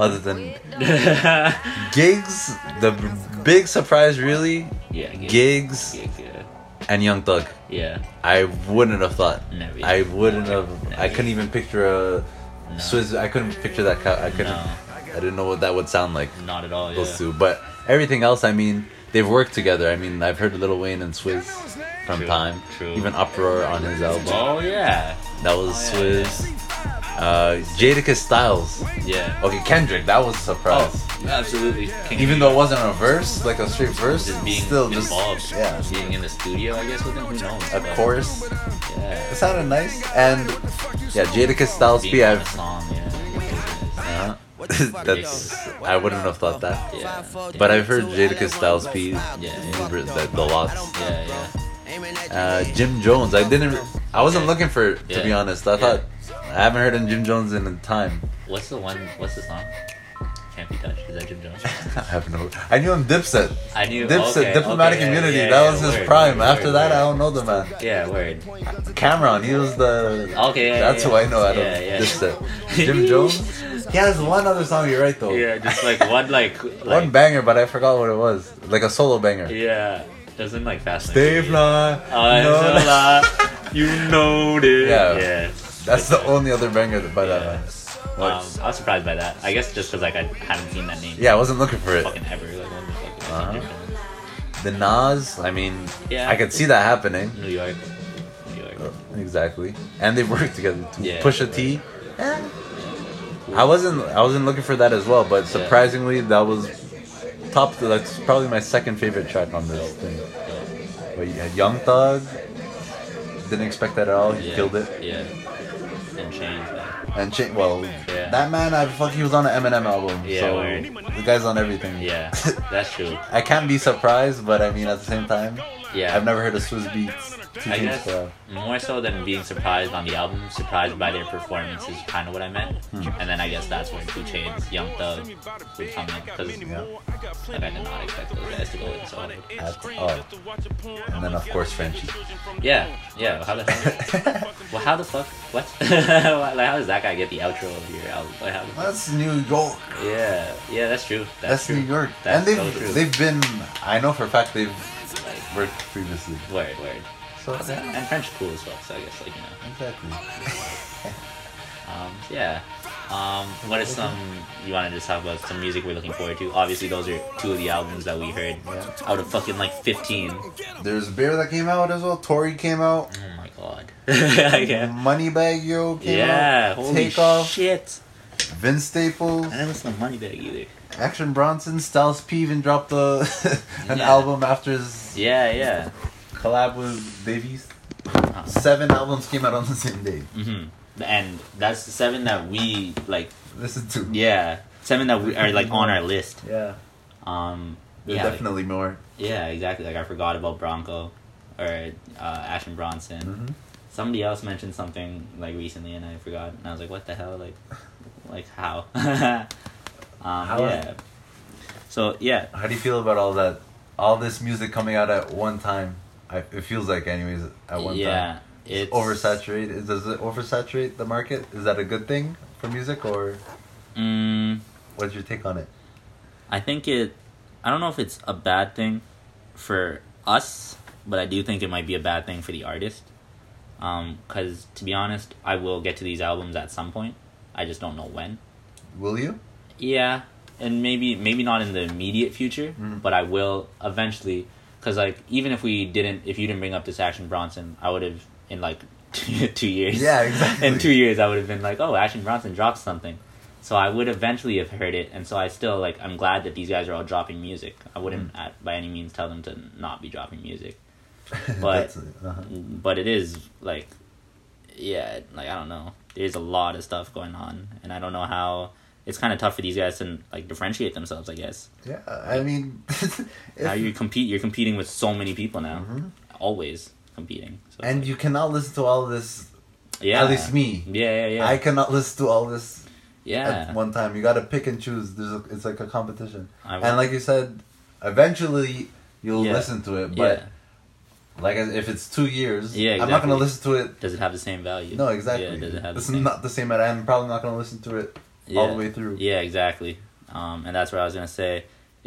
Speaker 1: other
Speaker 2: of
Speaker 1: than
Speaker 2: yeah,
Speaker 1: gigs? The b- big surprise really
Speaker 2: gig,
Speaker 1: gigs
Speaker 2: gig, yeah.
Speaker 1: and Young Thug.
Speaker 2: yeah.
Speaker 1: I wouldn't have thought.
Speaker 2: Never.
Speaker 1: I wouldn't have. I couldn't even picture a
Speaker 2: Mm. No.
Speaker 1: Swizz. I couldn't picture that. Cow. I couldn't.
Speaker 2: No.
Speaker 1: I didn't know what that would sound like.
Speaker 2: Not at all. Yeah.
Speaker 1: Those two, but everything else. I mean, they've worked together. I mean, I've heard Little Wayne and Swizz from
Speaker 2: True,
Speaker 1: time.
Speaker 2: true.
Speaker 1: Even Uproar on his album.
Speaker 2: Oh yeah.
Speaker 1: That was
Speaker 2: Oh, yeah,
Speaker 1: Swizz. Uh, Jadakiss Styles.
Speaker 2: Yeah.
Speaker 1: Okay, Kendrick. That was a surprise.
Speaker 2: Oh, absolutely. Can
Speaker 1: Oh, Even though it wasn't a verse, like a straight verse,
Speaker 2: just being
Speaker 1: still just
Speaker 2: involved,
Speaker 1: yeah,
Speaker 2: being in the studio, I guess with him. Who knows?
Speaker 1: a
Speaker 2: but-
Speaker 1: chorus. It
Speaker 2: Yeah.
Speaker 1: sounded nice, and yeah, Jadakiss Styles
Speaker 2: Being
Speaker 1: B.
Speaker 2: on a
Speaker 1: I've
Speaker 2: song. Yeah.
Speaker 1: Uh, that's I wouldn't have thought that.
Speaker 2: Yeah.
Speaker 1: But I've heard Jadakiss Styles P
Speaker 2: Yeah.
Speaker 1: in Brit- that the lots.
Speaker 2: Yeah, yeah.
Speaker 1: uh, Jim Jones. I didn't. I wasn't
Speaker 2: Okay.
Speaker 1: looking for it to
Speaker 2: Yeah.
Speaker 1: be honest. I
Speaker 2: Yeah.
Speaker 1: thought I haven't heard in Jim Jones in a time.
Speaker 2: What's the one? What's the song? Can't be touched. Is that Jim Jones?
Speaker 1: I have no. I knew him Dipset.
Speaker 2: I knew.
Speaker 1: Dipset,
Speaker 2: okay,
Speaker 1: Diplomatic
Speaker 2: okay, yeah,
Speaker 1: Immunity.
Speaker 2: yeah,
Speaker 1: that
Speaker 2: yeah,
Speaker 1: was his
Speaker 2: word,
Speaker 1: prime.
Speaker 2: word,
Speaker 1: After
Speaker 2: word,
Speaker 1: that,
Speaker 2: word.
Speaker 1: I don't know the man.
Speaker 2: Yeah, word.
Speaker 1: Cameron, he was the.
Speaker 2: Okay, yeah,
Speaker 1: That's
Speaker 2: yeah,
Speaker 1: who I know out
Speaker 2: yeah,
Speaker 1: of
Speaker 2: yeah.
Speaker 1: Dipset. Jim Jones. He has one other song. You're right though.
Speaker 2: Yeah, just like one like,
Speaker 1: One
Speaker 2: like
Speaker 1: banger, but I forgot what it was. Like a solo banger.
Speaker 2: yeah, Uh, doesn't like fast.
Speaker 1: Stay fly.
Speaker 2: I'm
Speaker 1: no,
Speaker 2: so alive. You know this.
Speaker 1: Yeah.
Speaker 2: Yes.
Speaker 1: That's the only other banger that- by that
Speaker 2: Yeah.
Speaker 1: man.
Speaker 2: Um, I was surprised by that. I guess just because like I haven't seen that name
Speaker 1: Yeah, I wasn't looking for it.
Speaker 2: fucking ever. Like, when was, like,
Speaker 1: Uh-huh.
Speaker 2: Jim Jones?
Speaker 1: The Nas, I mean,
Speaker 2: Yeah.
Speaker 1: I could see that happening.
Speaker 2: New York. New
Speaker 1: Uh,
Speaker 2: York.
Speaker 1: Exactly. And they worked together. To
Speaker 2: Yeah,
Speaker 1: push a T. Eh. I wasn't I wasn't looking for that as well, but surprisingly that was top that's probably my second favorite track on this thing. But yeah, Young Thug didn't expect that at all. He
Speaker 2: Yeah.
Speaker 1: killed it.
Speaker 2: Yeah. And change. man.
Speaker 1: And Ch- well,
Speaker 2: Yeah.
Speaker 1: that man, I fuck, he was on an Eminem album.
Speaker 2: Yeah,
Speaker 1: so
Speaker 2: word.
Speaker 1: the guy's on everything.
Speaker 2: Yeah, that's true.
Speaker 1: I can't be surprised, but I mean at the same time,
Speaker 2: Yeah.
Speaker 1: I've never heard of Swizz Beats. Two
Speaker 2: I
Speaker 1: Chainz
Speaker 2: guess
Speaker 1: style.
Speaker 2: more so than being surprised on the album, surprised by their performance is kind of what I meant.
Speaker 1: Hmm.
Speaker 2: And then I guess that's where Two Chains, Young Thug would come in because like, I did not expect those guys to go in so hard.
Speaker 1: That's odd. And then of course Frenchie.
Speaker 2: Yeah, yeah. How the hell? well, how the fuck? What? like, how does that guy get the outro of your album? Like, how the-
Speaker 1: That's New York.
Speaker 2: yeah, yeah. That's true. That's,
Speaker 1: That's,
Speaker 2: true.
Speaker 1: New York.
Speaker 2: That's
Speaker 1: and
Speaker 2: so
Speaker 1: they've
Speaker 2: true.
Speaker 1: they've been I know for a fact they've
Speaker 2: Like,
Speaker 1: worked previously.
Speaker 2: word, word.
Speaker 1: So yeah,
Speaker 2: And French cool as well. So I guess like you know.
Speaker 1: exactly.
Speaker 2: Um, yeah. Um, what is some you want to just talk about? Some music we're looking forward to. Obviously, those are two of the albums that we heard
Speaker 1: Yeah.
Speaker 2: out of fucking like fifteen.
Speaker 1: There's beer that came out as well. Tory came out.
Speaker 2: Oh my god. yeah.
Speaker 1: Moneybag Yo came
Speaker 2: Yeah.
Speaker 1: out.
Speaker 2: Holy
Speaker 1: Take off.
Speaker 2: shit.
Speaker 1: Vince Staples.
Speaker 2: I didn't listen to Moneybag either.
Speaker 1: Action Bronson. Styles P even dropped a, an
Speaker 2: Yeah.
Speaker 1: album after his
Speaker 2: Yeah, yeah.
Speaker 1: collab with Davies.
Speaker 2: Uh-huh.
Speaker 1: Seven albums came out on the same day.
Speaker 2: hmm And that's the seven that we like.
Speaker 1: Listen to.
Speaker 2: Yeah, seven that we are like on our list.
Speaker 1: Yeah.
Speaker 2: Um,
Speaker 1: There's
Speaker 2: yeah, like-
Speaker 1: definitely more.
Speaker 2: yeah, exactly. Like I forgot about Bronco, or uh, Ashton Bronson.
Speaker 1: Mm-hmm.
Speaker 2: somebody else mentioned something like recently and I forgot and I was like what the hell like like how um yeah so yeah
Speaker 1: How do you feel about all that? All this music coming out at one time. I, it feels like, anyways, at one
Speaker 2: yeah
Speaker 1: time.
Speaker 2: it's
Speaker 1: Oversaturated. Does it oversaturate the market? Is that a good thing for music, or
Speaker 2: mm,
Speaker 1: what's your take on it?
Speaker 2: I think it I don't know if it's a bad thing for us but I do think it might be a bad thing for the artist um cuz to be honest I will get to these albums at some point I just don't know when
Speaker 1: Will you?
Speaker 2: Yeah, and maybe maybe not in the immediate future,
Speaker 1: Mhm.
Speaker 2: but I will eventually. Cause like even if we didn't, if you didn't bring up this Action Bronson, I would have in like two years.
Speaker 1: Yeah, exactly.
Speaker 2: In two years, I would have been like, oh, Action Bronson dropped something. So I would eventually have heard it, and so I still like. I'm glad that these guys are all dropping music. I
Speaker 1: Mm.
Speaker 2: wouldn't at, by any means tell them to not be dropping music, but
Speaker 1: That's it, uh-huh.
Speaker 2: but it is like yeah like i don't know there's a lot of stuff going on and i don't know how it's kind of tough for these guys to like differentiate themselves i guess
Speaker 1: yeah, I mean, if-
Speaker 2: how you Uh-huh. compete you're competing with so many people now
Speaker 1: Mhm.
Speaker 2: always competing so it's
Speaker 1: and
Speaker 2: like-
Speaker 1: you cannot listen to all this.
Speaker 2: yeah
Speaker 1: At least me.
Speaker 2: yeah yeah yeah
Speaker 1: I cannot listen to all this
Speaker 2: yeah
Speaker 1: at one time. You gotta pick and choose. There's a, it's like a competition.
Speaker 2: I
Speaker 1: and
Speaker 2: would-
Speaker 1: like you said, eventually you'll
Speaker 2: Yeah.
Speaker 1: listen to it, but
Speaker 2: yeah
Speaker 1: like if it's two years,
Speaker 2: Yeah,
Speaker 1: I'm not gonna
Speaker 2: exactly.
Speaker 1: listen to it.
Speaker 2: does it have the same value
Speaker 1: No, exactly.
Speaker 2: yeah does it have
Speaker 1: it's
Speaker 2: the same
Speaker 1: not the same. and I'm probably not gonna listen to it all the way through.
Speaker 2: Yeah, exactly. Um, and that's what I was gonna say.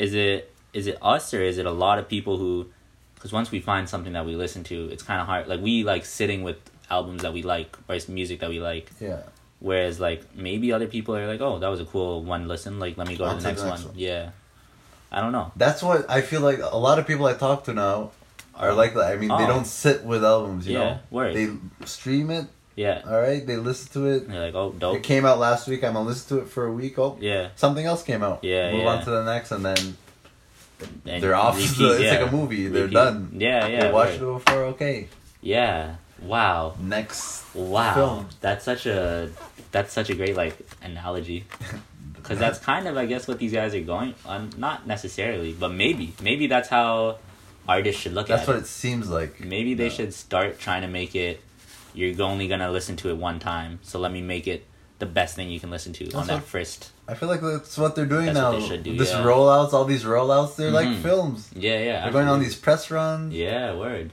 Speaker 2: Is it is it us or is it a lot of people who? Because once we find something that we listen to, it's kind of hard. Like we like sitting with albums that we like or it's music that we like.
Speaker 1: Yeah.
Speaker 2: Whereas like maybe other people are like, oh, that was a cool one. Listen, like let me go
Speaker 1: On
Speaker 2: to the next, one. Yeah, I don't know.
Speaker 1: That's what I feel like. A lot of people I talk to now are like that. I mean, they
Speaker 2: Oh.
Speaker 1: don't sit with albums. You
Speaker 2: Yeah,
Speaker 1: know,
Speaker 2: word.
Speaker 1: they stream it.
Speaker 2: Yeah,
Speaker 1: All right, they listen to it.
Speaker 2: And they're like, oh,
Speaker 1: It
Speaker 2: dope.
Speaker 1: came out last week. I'm gonna listen to it for a week. Oh,
Speaker 2: Yeah,
Speaker 1: something else came out.
Speaker 2: Yeah,
Speaker 1: Move
Speaker 2: yeah.
Speaker 1: on to the next, and then
Speaker 2: and
Speaker 1: they're off.
Speaker 2: repeat,
Speaker 1: it's
Speaker 2: yeah.
Speaker 1: like a movie. They're
Speaker 2: Repeat.
Speaker 1: done.
Speaker 2: Yeah, yeah.
Speaker 1: they watched it
Speaker 2: word.
Speaker 1: before. Okay,
Speaker 2: Yeah. Wow.
Speaker 1: next.
Speaker 2: Wow,
Speaker 1: film.
Speaker 2: that's such a that's such a great like analogy, because um, that's kind of I guess what these guys are going on. Not necessarily, but maybe maybe that's how artists should look
Speaker 1: That's
Speaker 2: at.
Speaker 1: what
Speaker 2: it.
Speaker 1: it seems like.
Speaker 2: Maybe they
Speaker 1: Yeah.
Speaker 2: should start trying to make it. You're only gonna listen to it one time, so let me make it the best thing you can listen to on
Speaker 1: That's
Speaker 2: that
Speaker 1: what-
Speaker 2: first.
Speaker 1: I feel like that's what they're doing
Speaker 2: That's
Speaker 1: now.
Speaker 2: what they should do,
Speaker 1: this
Speaker 2: yeah.
Speaker 1: rollouts, all these rollouts, they're like
Speaker 2: Mhm.
Speaker 1: films.
Speaker 2: Yeah, yeah.
Speaker 1: They're going on
Speaker 2: absolutely.
Speaker 1: these press runs.
Speaker 2: Yeah, word.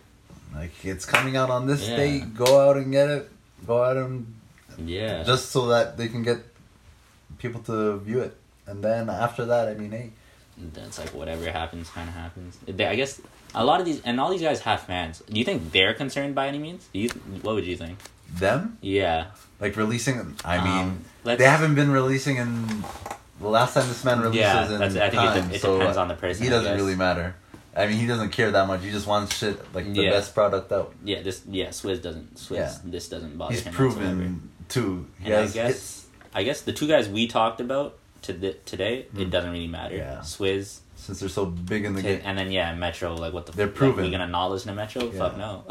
Speaker 1: Like it's coming out on this
Speaker 2: Yeah.
Speaker 1: date. Go out and get it. Go out and
Speaker 2: Yeah.
Speaker 1: just so that they can get people to view it. And then after that, I mean, hey,
Speaker 2: That's like whatever happens, kind of happens. They, I guess a lot of these and all these guys have fans. Do you think they're concerned by any means? Do you? What would you think?
Speaker 1: them
Speaker 2: Yeah.
Speaker 1: like releasing. I
Speaker 2: Um,
Speaker 1: mean,
Speaker 2: let's-
Speaker 1: they haven't been releasing in the last time this man releases
Speaker 2: Yeah,
Speaker 1: in
Speaker 2: that's- I think it de-
Speaker 1: time.
Speaker 2: it
Speaker 1: so
Speaker 2: depends on the
Speaker 1: uh,
Speaker 2: person,
Speaker 1: He
Speaker 2: I
Speaker 1: doesn't
Speaker 2: guess.
Speaker 1: really matter. I mean, he doesn't care that much. He just wants shit like the
Speaker 2: Yeah.
Speaker 1: best product out.
Speaker 2: Yeah. This. Yeah. Swizz doesn't. Swizz.
Speaker 1: Yeah.
Speaker 2: This doesn't bother
Speaker 1: He's
Speaker 2: him. whatsoever.
Speaker 1: proven too. He
Speaker 2: And I
Speaker 1: has
Speaker 2: guess
Speaker 1: hits
Speaker 2: I guess the two guys we talked about to the, today, it doesn't really matter.
Speaker 1: Mm. Yeah.
Speaker 2: Swizz,
Speaker 1: since they're so big in the
Speaker 2: t-
Speaker 1: game.
Speaker 2: and then yeah, Metro. Like what the?
Speaker 1: They're
Speaker 2: fuck,
Speaker 1: proven.
Speaker 2: we gonna knowledge the Metro?
Speaker 1: Yeah.
Speaker 2: Fuck no.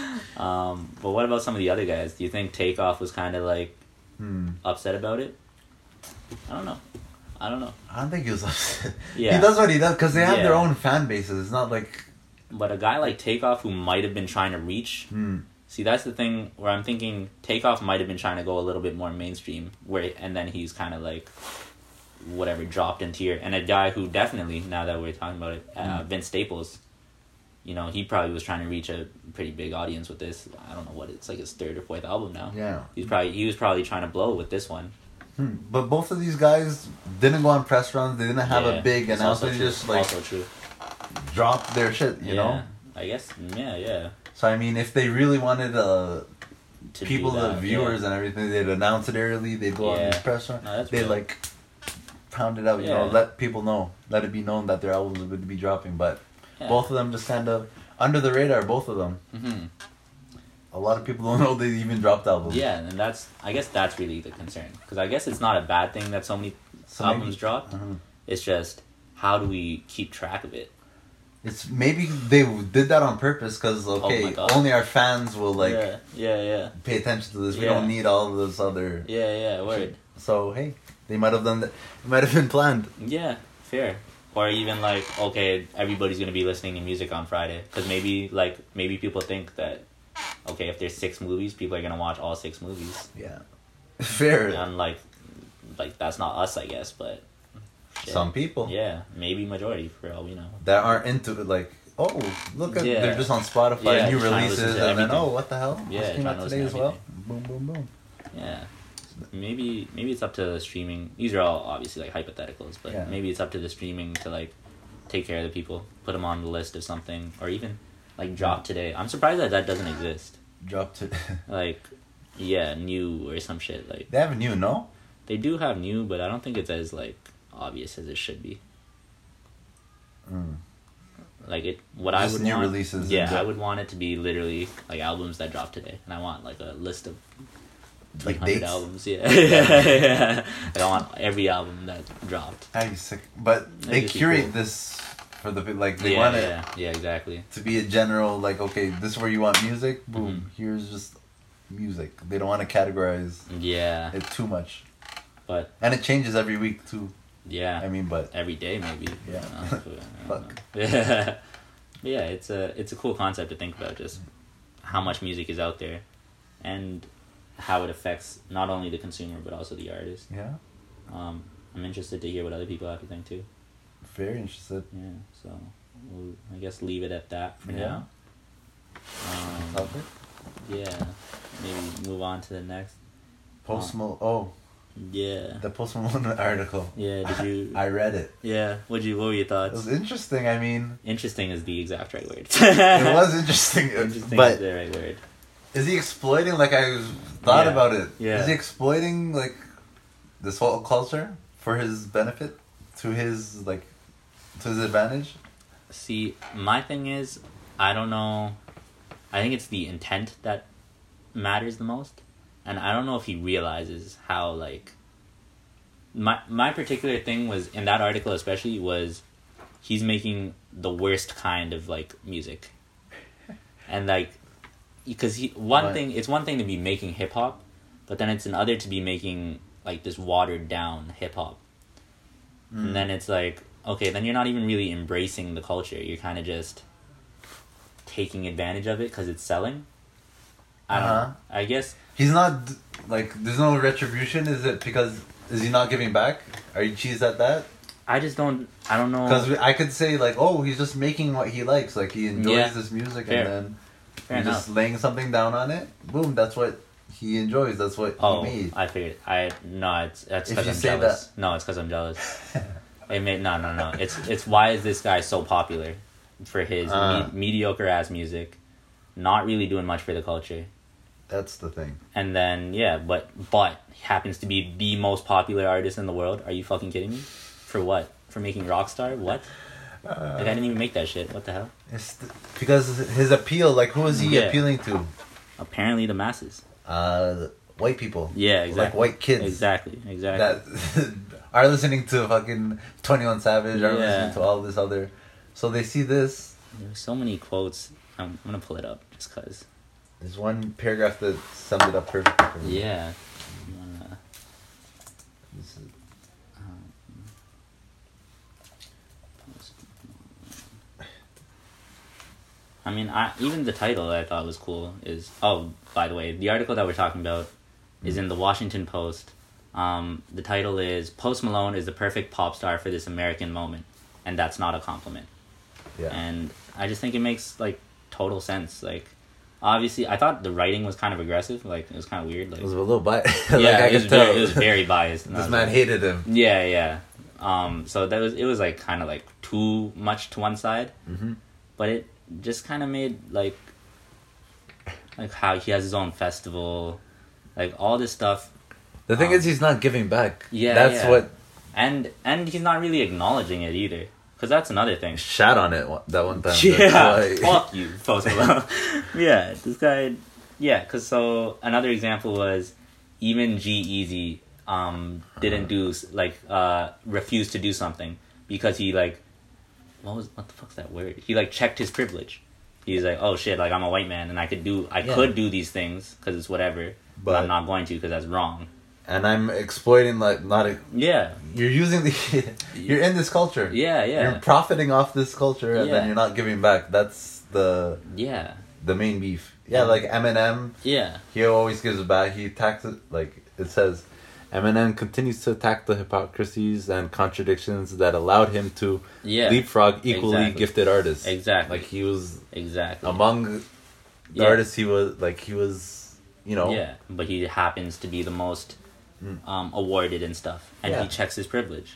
Speaker 2: um, but what about some of the other guys? Do you think Takeoff was kind of like
Speaker 1: Hmm.
Speaker 2: upset about it? I don't know. I don't know.
Speaker 1: I don't think he was upset.
Speaker 2: Yeah.
Speaker 1: He does what he does because they have their
Speaker 2: Yeah.
Speaker 1: own fan bases. It's not like
Speaker 2: But a guy like Takeoff who might have been trying to reach.
Speaker 1: hmm,
Speaker 2: See, that's the thing where I'm thinking Takeoff might have been trying to go a little bit more mainstream, where and then he's kind of like, whatever, dropped into here. And a guy who definitely, now that we're talking about it,
Speaker 1: Mm.
Speaker 2: uh, Vince Staples, you know, he probably was trying to reach a pretty big audience with this. I don't know what it's like his third or fourth album now.
Speaker 1: yeah.
Speaker 2: He's probably he was probably trying to blow with this one.
Speaker 1: Hmm. But both of these guys didn't go on press runs. They didn't have
Speaker 2: Yeah.
Speaker 1: a big
Speaker 2: It's
Speaker 1: announcement. They
Speaker 2: true.
Speaker 1: just like
Speaker 2: also true.
Speaker 1: dropped their shit. You
Speaker 2: yeah.
Speaker 1: know.
Speaker 2: I guess mm, yeah yeah.
Speaker 1: So I mean, if they really wanted uh,
Speaker 2: To do
Speaker 1: people, the
Speaker 2: that,
Speaker 1: viewers,
Speaker 2: yeah.
Speaker 1: and everything, they'd announce it early. They'd go on
Speaker 2: Yeah.
Speaker 1: these press runs.
Speaker 2: No, that's
Speaker 1: they
Speaker 2: real.
Speaker 1: like pound it out. You know,
Speaker 2: Yeah.
Speaker 1: let people know. Let it be known that their albums would be dropping. But
Speaker 2: Yeah.
Speaker 1: both of them just kind of under the radar. Both of them.
Speaker 2: Mhm.
Speaker 1: A lot of people don't know they even dropped albums.
Speaker 2: Yeah, and that's I guess that's really the concern because I guess it's not a bad thing that so many
Speaker 1: So maybe-
Speaker 2: albums dropped.
Speaker 1: Uh-huh.
Speaker 2: It's just how do we keep track of it?
Speaker 1: It's maybe they did that on purpose because okay,
Speaker 2: Oh God.
Speaker 1: only our fans will like
Speaker 2: yeah, yeah, yeah,
Speaker 1: pay attention to this. We
Speaker 2: Yeah.
Speaker 1: don't need all of this other.
Speaker 2: yeah, yeah. Word.
Speaker 1: So hey, they might have done that. It might have been planned.
Speaker 2: Yeah, fair. Or even like okay, everybody's gonna be listening to music on Friday because maybe like maybe people think that okay, if there's six movies, people are gonna watch all six movies,
Speaker 1: Yeah, fair.
Speaker 2: and like like that's not us, I guess, but shit.
Speaker 1: Some people
Speaker 2: Yeah, maybe majority for all we know.
Speaker 1: that aren't into it, like oh look, at,
Speaker 2: Yeah.
Speaker 1: they're just on Spotify
Speaker 2: Yeah,
Speaker 1: new
Speaker 2: just trying to
Speaker 1: releases,
Speaker 2: listen
Speaker 1: and
Speaker 2: to
Speaker 1: then
Speaker 2: everything.
Speaker 1: oh what the hell?
Speaker 2: Yeah,
Speaker 1: This came
Speaker 2: trying
Speaker 1: out
Speaker 2: to
Speaker 1: today as
Speaker 2: listen to
Speaker 1: well. Boom boom boom.
Speaker 2: Yeah. Maybe maybe it's up to the streaming. These are all obviously like hypotheticals, but
Speaker 1: Yeah.
Speaker 2: maybe it's up to the streaming to like take care of the people, put them on the list of something, or even like drop today. I'm surprised that that doesn't exist.
Speaker 1: Dropped it.
Speaker 2: Like, yeah, new or some shit. Like
Speaker 1: they have a new no.
Speaker 2: they do have new, but I don't think it's as like obvious as it should be.
Speaker 1: Mm.
Speaker 2: Like it, what I
Speaker 1: Just
Speaker 2: would
Speaker 1: new
Speaker 2: want,
Speaker 1: releases and
Speaker 2: Yeah,
Speaker 1: dro-
Speaker 2: I would want it to be literally like albums that drop today, and I want like a list of
Speaker 1: Like
Speaker 2: 100
Speaker 1: dates.
Speaker 2: albums. Yeah. yeah. Like, I want every album that dropped.
Speaker 1: Ah, you sick. But they
Speaker 2: That'd be
Speaker 1: curate
Speaker 2: cool.
Speaker 1: this for the like they
Speaker 2: yeah,
Speaker 1: want it.
Speaker 2: yeah, yeah, exactly.
Speaker 1: to be a general like okay this is where you want music
Speaker 2: Mm-hmm.
Speaker 1: boom here's just music they don't want to categorize
Speaker 2: Yeah,
Speaker 1: it too much
Speaker 2: but
Speaker 1: and it changes every week too
Speaker 2: yeah,
Speaker 1: i mean but
Speaker 2: every day maybe.
Speaker 1: Yeah.
Speaker 2: I don't know. I don't
Speaker 1: Fuck.
Speaker 2: know. yeah, it's a it's a cool concept to think about just how much music is out there, and how it affects not only the consumer but also the artist.
Speaker 1: yeah
Speaker 2: Um, I'm interested to hear what other people have to think too.
Speaker 1: very interested
Speaker 2: Yeah, so we'll, I guess leave it at that for
Speaker 1: Yeah. Oh.
Speaker 2: now. Um,
Speaker 1: topic
Speaker 2: yeah, maybe move on to the next.
Speaker 1: post Mal- oh
Speaker 2: Yeah.
Speaker 1: the post Malone article
Speaker 2: Yeah, did you-
Speaker 1: i read it
Speaker 2: Yeah. What you? What were
Speaker 1: it
Speaker 2: your
Speaker 1: was
Speaker 2: thoughts?
Speaker 1: interesting i mean
Speaker 2: Interesting is the exact right word.
Speaker 1: it was interesting,
Speaker 2: Interesting is
Speaker 1: but
Speaker 2: the right word.
Speaker 1: is he exploiting like i was- thought
Speaker 2: Yeah.
Speaker 1: about it
Speaker 2: Yeah.
Speaker 1: is he exploiting like this whole culture for his benefit to his like to his advantage
Speaker 2: See, my thing is, I don't know. I think it's the intent that matters the most, and I don't know if he realizes how like. My my particular thing was in that article especially was, he's making the worst kind of like music. And like, because he one
Speaker 1: Right.
Speaker 2: thing it's one thing to be making hip hop, but then it's another to be making like this watered down hip hop. And then it's like, okay, then you're not even really embracing the culture. You're kind of just taking advantage of it because it's selling. I don't
Speaker 1: Uh-huh.
Speaker 2: know. I guess
Speaker 1: He's not like there's no retribution. Is it because is he not giving back? Are you cheesed at that?
Speaker 2: I just don't. I don't know.
Speaker 1: Because I could say like, oh, he's just making what he likes. Like he enjoys
Speaker 2: Yeah.
Speaker 1: this music,
Speaker 2: Fair.
Speaker 1: and then
Speaker 2: Fair
Speaker 1: you're
Speaker 2: enough.
Speaker 1: just laying something down on it. Boom, that's what he enjoys. That's what
Speaker 2: Oh,
Speaker 1: he made.
Speaker 2: I figured. I no, it's that's
Speaker 1: If
Speaker 2: because
Speaker 1: you
Speaker 2: I'm
Speaker 1: say
Speaker 2: jealous. No, it's because I'm jealous. it may, no, no, no. It's it's why is this guy so popular for his
Speaker 1: Ah.
Speaker 2: me- mediocre ass music, not really doing much for the culture,
Speaker 1: That's the thing.
Speaker 2: and then yeah, but but happens to be the most popular artist in the world. Are you fucking kidding me? For what? For making Rockstar? What?
Speaker 1: Uh.
Speaker 2: like I didn't even make that shit. What the hell?
Speaker 1: It's th- because his appeal. Like, who is he
Speaker 2: Yeah.
Speaker 1: appealing to?
Speaker 2: Apparently the masses.
Speaker 1: Uh, white people.
Speaker 2: Yeah, exactly.
Speaker 1: Like white kids.
Speaker 2: Exactly. Exactly.
Speaker 1: that are listening to fucking 21 Savage, are
Speaker 2: Yeah.
Speaker 1: listening to all this other. So they see this.
Speaker 2: There's so many quotes. I'm, I'm gonna pull it up just cause.
Speaker 1: There's one paragraph that summed it up perfectly for me.
Speaker 2: Yeah. You wanna-
Speaker 1: This is-
Speaker 2: um, post- I mean, I even the title I thought was cool is oh by the way the article that we're talking about is in the Washington Post. Um, the title is Post Malone is the perfect pop star for this American moment, and that's not a compliment.
Speaker 1: yeah.
Speaker 2: And I just think it makes like total sense. Like, obviously, I thought the writing was kind of aggressive. Like, it was kind of weird. Like,
Speaker 1: it was a little bit.
Speaker 2: yeah,
Speaker 1: like I
Speaker 2: it, was
Speaker 1: could tell.
Speaker 2: very, it was very biased. And I
Speaker 1: this
Speaker 2: was
Speaker 1: man
Speaker 2: like-
Speaker 1: hated him.
Speaker 2: yeah, yeah. Um, so that was it was like kind of like too much to one side,
Speaker 1: hmm
Speaker 2: but it just kind of made like like how he has his own festival, like all this stuff,
Speaker 1: The thing
Speaker 2: Um,
Speaker 1: is, he's not giving back.
Speaker 2: yeah,
Speaker 1: That's
Speaker 2: yeah.
Speaker 1: what
Speaker 2: and and he's not really acknowledging it either, because that's another thing.
Speaker 1: shat on it one- that one time.
Speaker 2: Yeah,
Speaker 1: That's why-
Speaker 2: fuck you, Post Malone. yeah, this guy. Yeah, cause so another example was even G Easy um didn't
Speaker 1: Uh-huh.
Speaker 2: do s- like uh refused to do something because he like what was what the fuck's that word? He like checked his privilege. He's like, oh shit, like I'm a white man and I could do I
Speaker 1: Yeah.
Speaker 2: could do these things because it's whatever, but,
Speaker 1: But-
Speaker 2: I'm not going to because that's wrong.
Speaker 1: and I'm exploiting like not. A,
Speaker 2: Yeah,
Speaker 1: you're using the. you're in this culture.
Speaker 2: yeah, yeah,
Speaker 1: You're profiting off this culture, and
Speaker 2: Yeah.
Speaker 1: then you're not giving back. That's the
Speaker 2: yeah,
Speaker 1: the main beef. Yeah, like Eminem,
Speaker 2: yeah,
Speaker 1: he always gives back. He attacks it like it says. Eminem continues to attack the hypocrisies and contradictions that allowed him to
Speaker 2: yeah.
Speaker 1: leapfrog equally
Speaker 2: Exactly.
Speaker 1: gifted artists.
Speaker 2: Exactly.
Speaker 1: Like he was
Speaker 2: exactly.
Speaker 1: among the
Speaker 2: Yeah.
Speaker 1: artists. He was like he was, you know.
Speaker 2: Yeah, but he happens to be the most um, awarded and stuff, and
Speaker 1: Yeah.
Speaker 2: he checks his privilege.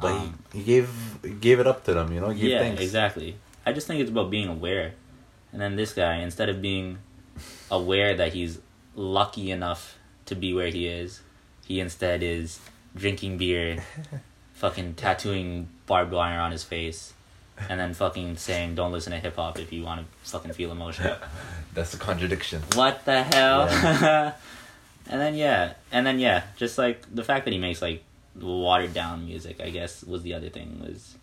Speaker 1: But
Speaker 2: Um,
Speaker 1: he, he gave he gave it up to them. You know. Gave
Speaker 2: yeah,
Speaker 1: thanks.
Speaker 2: exactly. I just think it's about being aware, and then this guy, instead of being aware that he's lucky enough to be where he is, he instead is drinking beer, fucking tattooing barbed wire on his face. And then fucking saying, "Don't listen to hip hop if you want to fucking feel emotional."
Speaker 1: That's a contradiction.
Speaker 2: what the hell? and then yeah, and then yeah, just like the fact that he makes like watered down music, I guess was the other thing was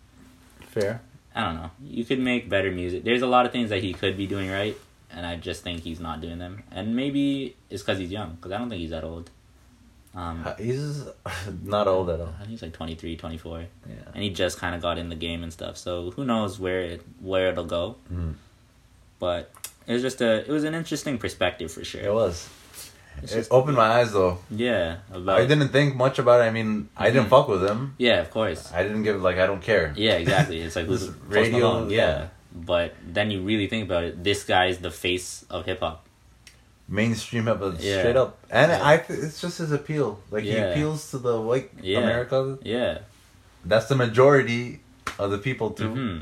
Speaker 1: Fair.
Speaker 2: I don't know. You could make better music. There's a lot of things that he could be doing right, and I just think he's not doing them. And maybe it's because he's young, because I don't think he's that old. Um,
Speaker 1: Uh, He's not old at all.
Speaker 2: I think he's like 23, 24.
Speaker 1: Yeah.
Speaker 2: and he just kind of got in the game and stuff. So who knows where it where it'll go?
Speaker 1: Mm.
Speaker 2: But it was just a it was an interesting perspective for
Speaker 1: It
Speaker 2: sure.
Speaker 1: was.
Speaker 2: It's
Speaker 1: It
Speaker 2: just-
Speaker 1: opened my eyes though.
Speaker 2: yeah, about
Speaker 1: I didn't think much about it. I mean, I didn't
Speaker 2: Mhm.
Speaker 1: fuck with him.
Speaker 2: Yeah, of course.
Speaker 1: I didn't give like I don't care.
Speaker 2: Yeah, exactly. It's like
Speaker 1: This
Speaker 2: who's Post
Speaker 1: radio,
Speaker 2: Malone, Yeah.
Speaker 1: yeah.
Speaker 2: But then you really think about it. This guy's the face of hip hop.
Speaker 1: Mainstream up, but
Speaker 2: Yeah.
Speaker 1: straight up, and
Speaker 2: Yeah.
Speaker 1: I. th- It's just his appeal. Like he
Speaker 2: Yeah.
Speaker 1: appeals to the white
Speaker 2: Yeah.
Speaker 1: America.
Speaker 2: Yeah.
Speaker 1: That's the majority of the people too,
Speaker 2: hmm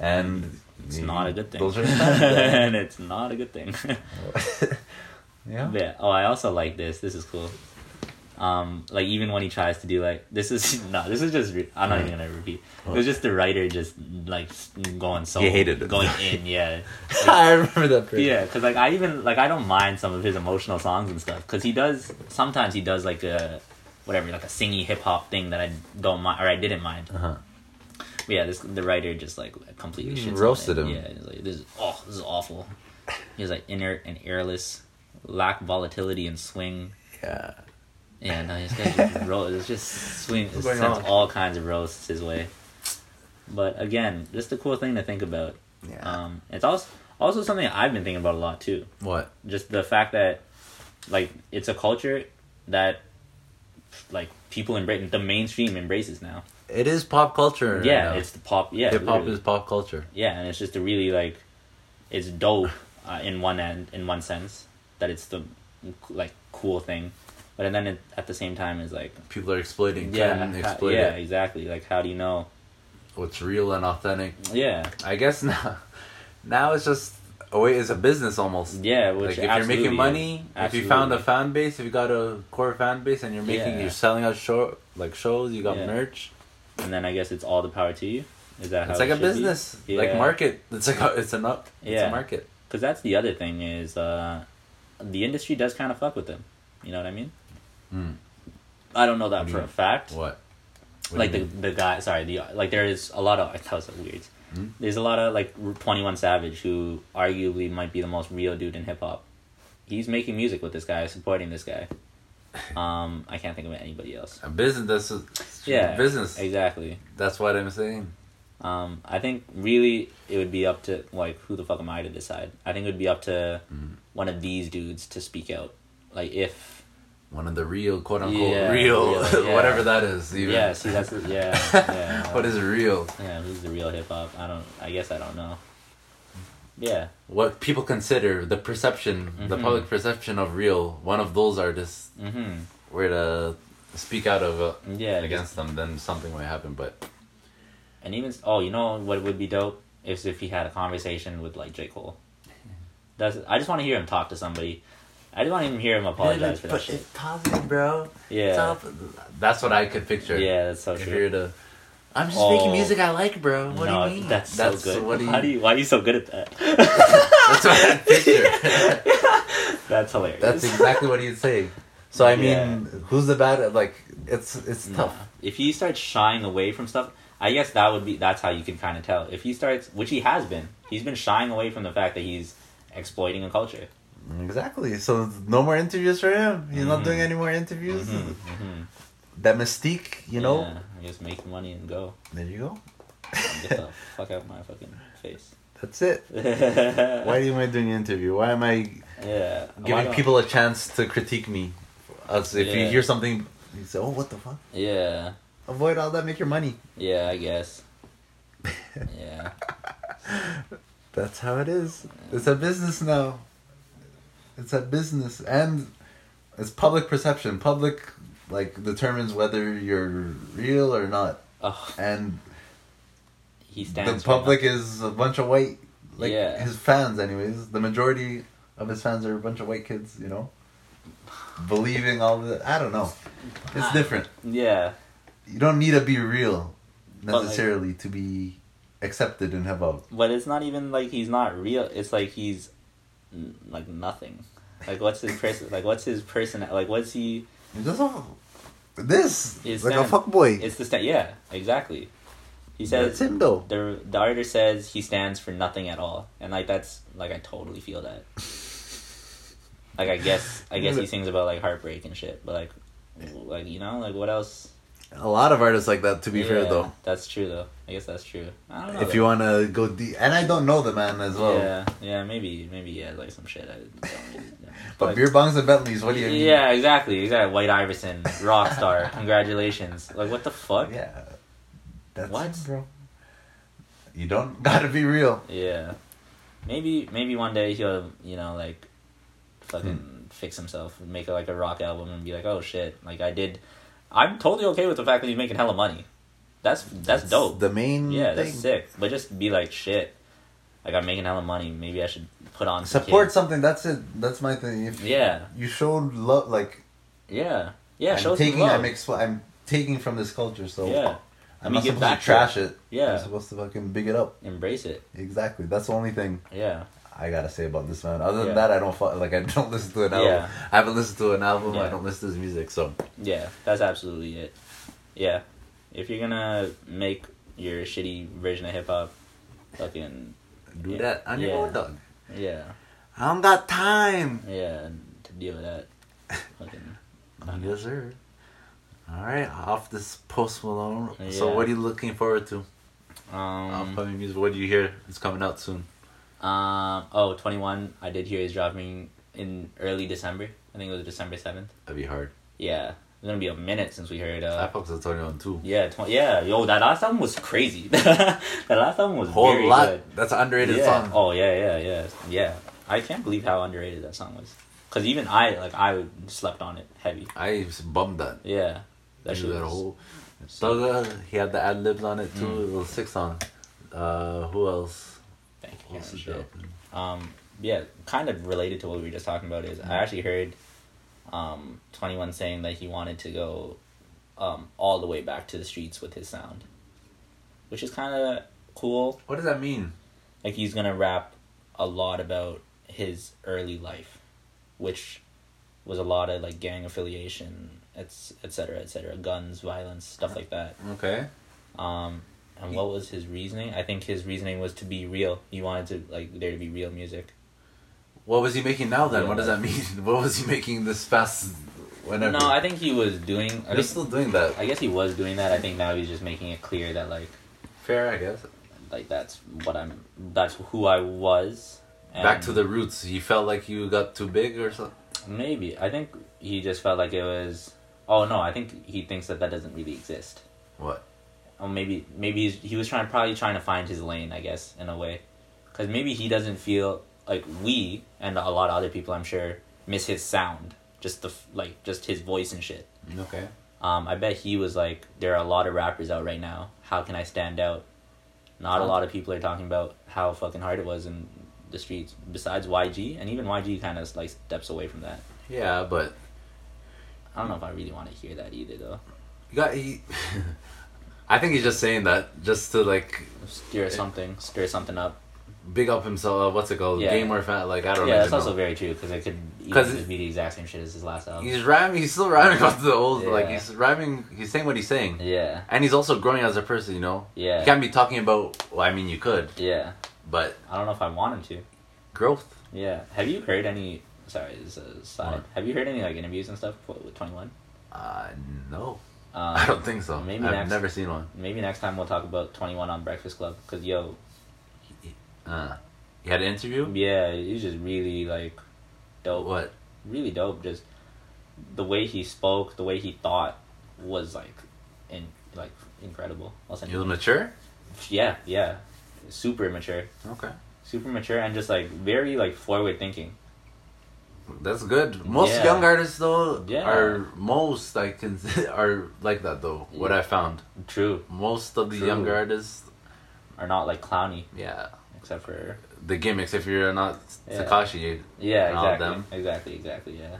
Speaker 1: and
Speaker 2: It's not a good thing.
Speaker 1: Those are
Speaker 2: and it's not a good thing.
Speaker 1: yeah.
Speaker 2: yeah. Oh, I also like this. This is cool. Um, like even when he tries to do like this is no, this is just re- I'm not even gonna repeat. It was just the writer just like s- going so
Speaker 1: Oh. He hated it.
Speaker 2: going in, yeah.
Speaker 1: I remember that. period.
Speaker 2: Yeah, because like I even like I don't mind some of his emotional songs and stuff because he does sometimes he does like a whatever like a singy hip hop thing that I don't mind or I didn't mind.
Speaker 1: Uh-huh.
Speaker 2: But yeah, this the writer just like completely
Speaker 1: He
Speaker 2: shits on
Speaker 1: roasted
Speaker 2: it.
Speaker 1: him.
Speaker 2: Yeah, he's like this is oh this is awful. He was like inert and airless, lack volatility and swing. uh,
Speaker 1: Yeah.
Speaker 2: Yeah, no, this guy just roast. It's just swing. It
Speaker 1: What's going
Speaker 2: sends
Speaker 1: on?
Speaker 2: all kinds of roasts his way. But again, just a cool thing to think about.
Speaker 1: Yeah.
Speaker 2: Um, it's also also something I've been thinking about a lot too.
Speaker 1: What?
Speaker 2: Just the fact that, like, it's a culture that, like, people in Britain, the mainstream embraces now.
Speaker 1: It is pop culture.
Speaker 2: yeah,
Speaker 1: right now.
Speaker 2: it's the pop. Yeah,
Speaker 1: hip hop
Speaker 2: literally.
Speaker 1: is pop culture.
Speaker 2: yeah, and it's just a really like, it's dope uh, in one end, in one sense that it's the like cool thing, but then it, at the same time is like
Speaker 1: People are exploiting.
Speaker 2: yeah,
Speaker 1: can
Speaker 2: ha-
Speaker 1: exploit
Speaker 2: yeah,
Speaker 1: it.
Speaker 2: exactly. Like, how do you know?
Speaker 1: What's real and authentic.
Speaker 2: Yeah,
Speaker 1: I guess now, now it's just oh, wait, it's a business almost.
Speaker 2: yeah.
Speaker 1: Like if
Speaker 2: Which
Speaker 1: you're making
Speaker 2: absolutely
Speaker 1: money,
Speaker 2: is.
Speaker 1: if you found a
Speaker 2: Absolutely.
Speaker 1: fan base, if you got a core fan base, and you're making,
Speaker 2: Yeah.
Speaker 1: you're selling out show like shows, you got
Speaker 2: Yeah.
Speaker 1: merch.
Speaker 2: and then I guess it's all the power to you. Is that how
Speaker 1: It's like a
Speaker 2: it should be?
Speaker 1: business,
Speaker 2: Yeah.
Speaker 1: like market. It's like a, it's an up. It's
Speaker 2: Yeah.
Speaker 1: a market.
Speaker 2: Because that's the other thing is uh, the industry does kind of fuck with them. You know what I mean?
Speaker 1: Mm.
Speaker 2: I don't know that
Speaker 1: What do
Speaker 2: for
Speaker 1: you-
Speaker 2: a fact.
Speaker 1: What? What do
Speaker 2: like
Speaker 1: you
Speaker 2: the
Speaker 1: mean?
Speaker 2: the guy, sorry, the like there is a lot of that was weird.
Speaker 1: Mm.
Speaker 2: There's a lot of like Twenty One Savage who arguably might be the most real dude in hip hop. He's making music with this guy, supporting this guy. Um, I can't think of anybody else.
Speaker 1: a business. That's a,
Speaker 2: Yeah,
Speaker 1: yeah, business.
Speaker 2: Exactly.
Speaker 1: That's what I'm saying.
Speaker 2: Um, I think really it would be up to like who the fuck am I to decide? I think it would be up to
Speaker 1: Mm-hmm.
Speaker 2: one of these dudes to speak out. Like if
Speaker 1: One of the real, quote unquote,
Speaker 2: Yeah,
Speaker 1: real,
Speaker 2: real, yeah.
Speaker 1: whatever that is. Even.
Speaker 2: yeah, see that's the- yeah yeah.
Speaker 1: what is real?
Speaker 2: yeah? Who's the real hip hop? I don't. I guess I don't know. Yeah,
Speaker 1: What people consider the perception, the
Speaker 2: Mhm.
Speaker 1: public perception of real. One of those artists
Speaker 2: hmm
Speaker 1: were to speak out of uh,
Speaker 2: yeah.
Speaker 1: against them, then something might happen. But
Speaker 2: And even oh, you know what would be dope is if he had a conversation with like J Cole. That's I just want to hear him talk to somebody. I just want to even hear him apologize for that shit.
Speaker 1: positive, bro.
Speaker 2: Yeah,
Speaker 1: That's what I could picture.
Speaker 2: yeah, that's so
Speaker 1: If
Speaker 2: true.
Speaker 1: you're to, I'm just
Speaker 2: Oh.
Speaker 1: making music I like, bro. What
Speaker 2: no,
Speaker 1: do you mean?
Speaker 2: That's, so good.
Speaker 1: What do you,
Speaker 2: How do you, why are you so good at that?
Speaker 1: That's what I picture.
Speaker 2: that's hilarious.
Speaker 1: that's exactly what he'd say. So I mean,
Speaker 2: Yeah.
Speaker 1: who's the bad? Like, it's it's
Speaker 2: Nah.
Speaker 1: tough.
Speaker 2: If he starts shying away from stuff, I guess that would be that's how you can kind of tell. If he starts, which he has been, he's been shying away from the fact that he's exploiting a culture.
Speaker 1: Exactly. So no more interviews for him. He's
Speaker 2: Mhm.
Speaker 1: not doing any more interviews.
Speaker 2: Mhm, mhm.
Speaker 1: That mystique, you know.
Speaker 2: Yeah, just make money and go.
Speaker 1: There you go.
Speaker 2: Get the fuck out my fucking face.
Speaker 1: That's it. Why
Speaker 2: Why?
Speaker 1: am I doing an interview? Why am I
Speaker 2: Yeah. Why
Speaker 1: giving
Speaker 2: don't-
Speaker 1: people a chance to critique me? As if you
Speaker 2: Yeah.
Speaker 1: hear something, you say, "Oh, what the fuck."
Speaker 2: Yeah.
Speaker 1: Avoid all that. Make your money.
Speaker 2: Yeah, I guess. Yeah.
Speaker 1: That's how it is. It's a business now. It's a business, and it's public perception. Public like determines whether you're real or not,
Speaker 2: Oh,
Speaker 1: and
Speaker 2: he
Speaker 1: the
Speaker 2: stands. for
Speaker 1: public is a bunch of white, like
Speaker 2: Yeah.
Speaker 1: his fans. Anyways, the majority of his fans are a bunch of white kids. You know, believing all the. I don't know.
Speaker 2: Ah.
Speaker 1: It's different.
Speaker 2: nothing. Yeah.
Speaker 1: You don't need to be real
Speaker 2: But, like-
Speaker 1: necessarily to be accepted in hip hop.
Speaker 2: But it's not even like he's not real. It's like he's n- like nothing. Like what's his person? Like what's his person? Like what's he?
Speaker 1: It's just all- This
Speaker 2: It's
Speaker 1: like
Speaker 2: them.
Speaker 1: a fuck boy.
Speaker 2: It's the sta- yeah exactly. He says
Speaker 1: That's him though.
Speaker 2: the the artist says he stands for nothing at all, and like that's like I totally feel that. Like I guess I guess he sings about like heartbreak and shit, but like w- like you know like what else?
Speaker 1: A lot of artists like that. To be fair
Speaker 2: Yeah,
Speaker 1: though,
Speaker 2: that's true though. I guess that's true. I don't know.
Speaker 1: if you want to go deep, and I don't know the man as well.
Speaker 2: yeah yeah maybe maybe yeah like some shit I don't really know.
Speaker 1: But beer bongs and Bentleys. What do you mean?
Speaker 2: Yeah, exactly, exactly. White Iverson, rock star. Congratulations. Like, what the fuck? Yeah.
Speaker 1: Yeah. That's
Speaker 2: What?
Speaker 1: it, bro? You don't gotta be real.
Speaker 2: Maybe, maybe one day he'll, you know, like, fucking fix himself, and make like a rock album, and be like, oh shit, like I did. I'm totally okay with the fact that he's making hella money. That's that's, dope.
Speaker 1: The main
Speaker 2: yeah,
Speaker 1: thing.
Speaker 2: that's sick. But just be like, shit, like I'm making hella money. Maybe I should put on some
Speaker 1: Support
Speaker 2: kids.
Speaker 1: something. That's it. That's my thing. If
Speaker 2: Yeah,
Speaker 1: you showed love, like
Speaker 2: yeah, yeah. show
Speaker 1: I'm
Speaker 2: some
Speaker 1: taking,
Speaker 2: love.
Speaker 1: I'm expl- I'm taking from this culture. So
Speaker 2: yeah,
Speaker 1: I'm
Speaker 2: me
Speaker 1: not
Speaker 2: get
Speaker 1: supposed to
Speaker 2: back to
Speaker 1: trash it.
Speaker 2: Yeah.
Speaker 1: I'm supposed to fucking big it up.
Speaker 2: embrace it.
Speaker 1: Exactly. That's the only thing
Speaker 2: Yeah.
Speaker 1: I gotta say about this man. Other than
Speaker 2: Yeah.
Speaker 1: that, I don't fu- like. I don't listen to an album.
Speaker 2: Yeah.
Speaker 1: I haven't listened to an album. I
Speaker 2: Yeah.
Speaker 1: don't listen to his music. So
Speaker 2: Yeah, that's absolutely it. Yeah. If you're gonna make your shitty version of hip hop, fucking
Speaker 1: do
Speaker 2: Yeah.
Speaker 1: that on
Speaker 2: Yeah.
Speaker 1: your own, dog.
Speaker 2: yeah,
Speaker 1: I don't got time.
Speaker 2: yeah, to deal with that. Fucking
Speaker 1: Yes, sir. All right, off this Post Malone.
Speaker 2: Yeah.
Speaker 1: So, what are you looking forward to? I'm
Speaker 2: Um,
Speaker 1: playing music. What do you hear? It's coming out soon.
Speaker 2: um, oh, 21, I did hear is dropping in early December. I think it was December 7th.
Speaker 1: That'd be hard.
Speaker 2: Yeah. It's gonna be a minute since we heard.
Speaker 1: I
Speaker 2: Uh,
Speaker 1: fucked with Tony on too.
Speaker 2: yeah, tw- yeah, yo, that last album was crazy. that last album was
Speaker 1: Whole
Speaker 2: very
Speaker 1: lot.
Speaker 2: good.
Speaker 1: That's an underrated
Speaker 2: yeah.
Speaker 1: song.
Speaker 2: Oh yeah, yeah, yeah, yeah. I can't believe how underrated that song was. Cause even I like I slept on it heavy.
Speaker 1: I was bummed that.
Speaker 2: Yeah,
Speaker 1: That,
Speaker 2: that shit
Speaker 1: that
Speaker 2: was-
Speaker 1: whole. Thugga, he had the ad libs on it too. It was a six song. Uh, who else?
Speaker 2: Thank you.
Speaker 1: Who else is
Speaker 2: Yeah.
Speaker 1: dropping?
Speaker 2: Um, yeah, kind of related to what we were just talking about is I actually heard, um, Twenty One saying that he wanted to go, um, all the way back to the streets with his sound, which is kind of cool.
Speaker 1: What does that mean?
Speaker 2: Like he's gonna rap a lot about his early life, which was a lot of like gang affiliation, etc., etc., etc., guns, violence, stuff like that.
Speaker 1: Okay.
Speaker 2: Um, and what was his reasoning? I think his reasoning was to be real. He wanted to like there to be real music.
Speaker 1: What was he making now then?
Speaker 2: Yeah.
Speaker 1: What does that mean? What was he making this past? Whenever.
Speaker 2: No, I think he was doing. I,
Speaker 1: They're
Speaker 2: think,
Speaker 1: still doing that.
Speaker 2: I guess he was doing that. I think now he's just making it clear that like
Speaker 1: Fair, I guess.
Speaker 2: like that's what I'm. That's who I was. and
Speaker 1: Back to the roots. You felt like you got too big or something.
Speaker 2: maybe. I think he just felt like it was. Oh no! I think he thinks that that doesn't really exist.
Speaker 1: What?
Speaker 2: Or maybe maybe he's, he was trying probably trying to find his lane. I guess in a way, because maybe he doesn't feel like we and a lot of other people. I'm sure miss his sound, just the f- like just his voice and shit.
Speaker 1: Okay.
Speaker 2: Um, I bet he was like, there are a lot of rappers out right now. How can I stand out? Not a lot of people are talking about how fucking hard it was in the streets. Besides YG, and even YG kind of like steps away from that.
Speaker 1: Yeah, but
Speaker 2: I don't know if I really want to hear that either, though.
Speaker 1: you got he. I think he's just saying that just to like
Speaker 2: Stir something, stir something up.
Speaker 1: big up himself. Uh, What's it called?
Speaker 2: Yeah.
Speaker 1: Gamer fan. Like I don't
Speaker 2: Yeah, that's
Speaker 1: know.
Speaker 2: also very true because it could easily
Speaker 1: 'Cause
Speaker 2: just be the exact same shit as his last album.
Speaker 1: He's rhyming. He's still rhyming off the old. Like
Speaker 2: Yeah.
Speaker 1: he's rhyming. He's saying what he's saying,
Speaker 2: Yeah,
Speaker 1: and he's also growing as a person. You know.
Speaker 2: Yeah.
Speaker 1: You can't be talking about. Well, I mean, you could,
Speaker 2: yeah.
Speaker 1: but
Speaker 2: I don't know if I want him
Speaker 1: growth.
Speaker 2: to. Yeah. Have you heard any? Sorry, this is a side.
Speaker 1: What?
Speaker 2: Have you heard any like interviews and stuff with Twenty One?
Speaker 1: Uh, no,
Speaker 2: Um,
Speaker 1: I don't think so.
Speaker 2: maybe
Speaker 1: I've
Speaker 2: next-
Speaker 1: never seen one.
Speaker 2: Maybe next time we'll talk about 21 on Breakfast Club. Because, yo,
Speaker 1: Uh, you had an interview.
Speaker 2: yeah, he's just really, like, dope.
Speaker 1: What?
Speaker 2: Really dope. Just the way he spoke, the way he thought was, like, in, like incredible. I'll send
Speaker 1: You
Speaker 2: you-
Speaker 1: was mature.
Speaker 2: Yeah, yeah. Super mature.
Speaker 1: Okay.
Speaker 2: Super mature and just, like, very, like, forward thinking.
Speaker 1: That's good. Most
Speaker 2: Yeah.
Speaker 1: young artists though
Speaker 2: Yeah.
Speaker 1: are most I can are like that though. What I found,
Speaker 2: True.
Speaker 1: most of the
Speaker 2: True.
Speaker 1: younger artists,
Speaker 2: Are not, like, clowny.
Speaker 1: yeah,
Speaker 2: Except for.
Speaker 1: the gimmicks. If you're not
Speaker 2: Yeah.
Speaker 1: Takashi,
Speaker 2: Yeah,
Speaker 1: And all of
Speaker 2: exactly.
Speaker 1: them.
Speaker 2: Exactly, exactly, yeah.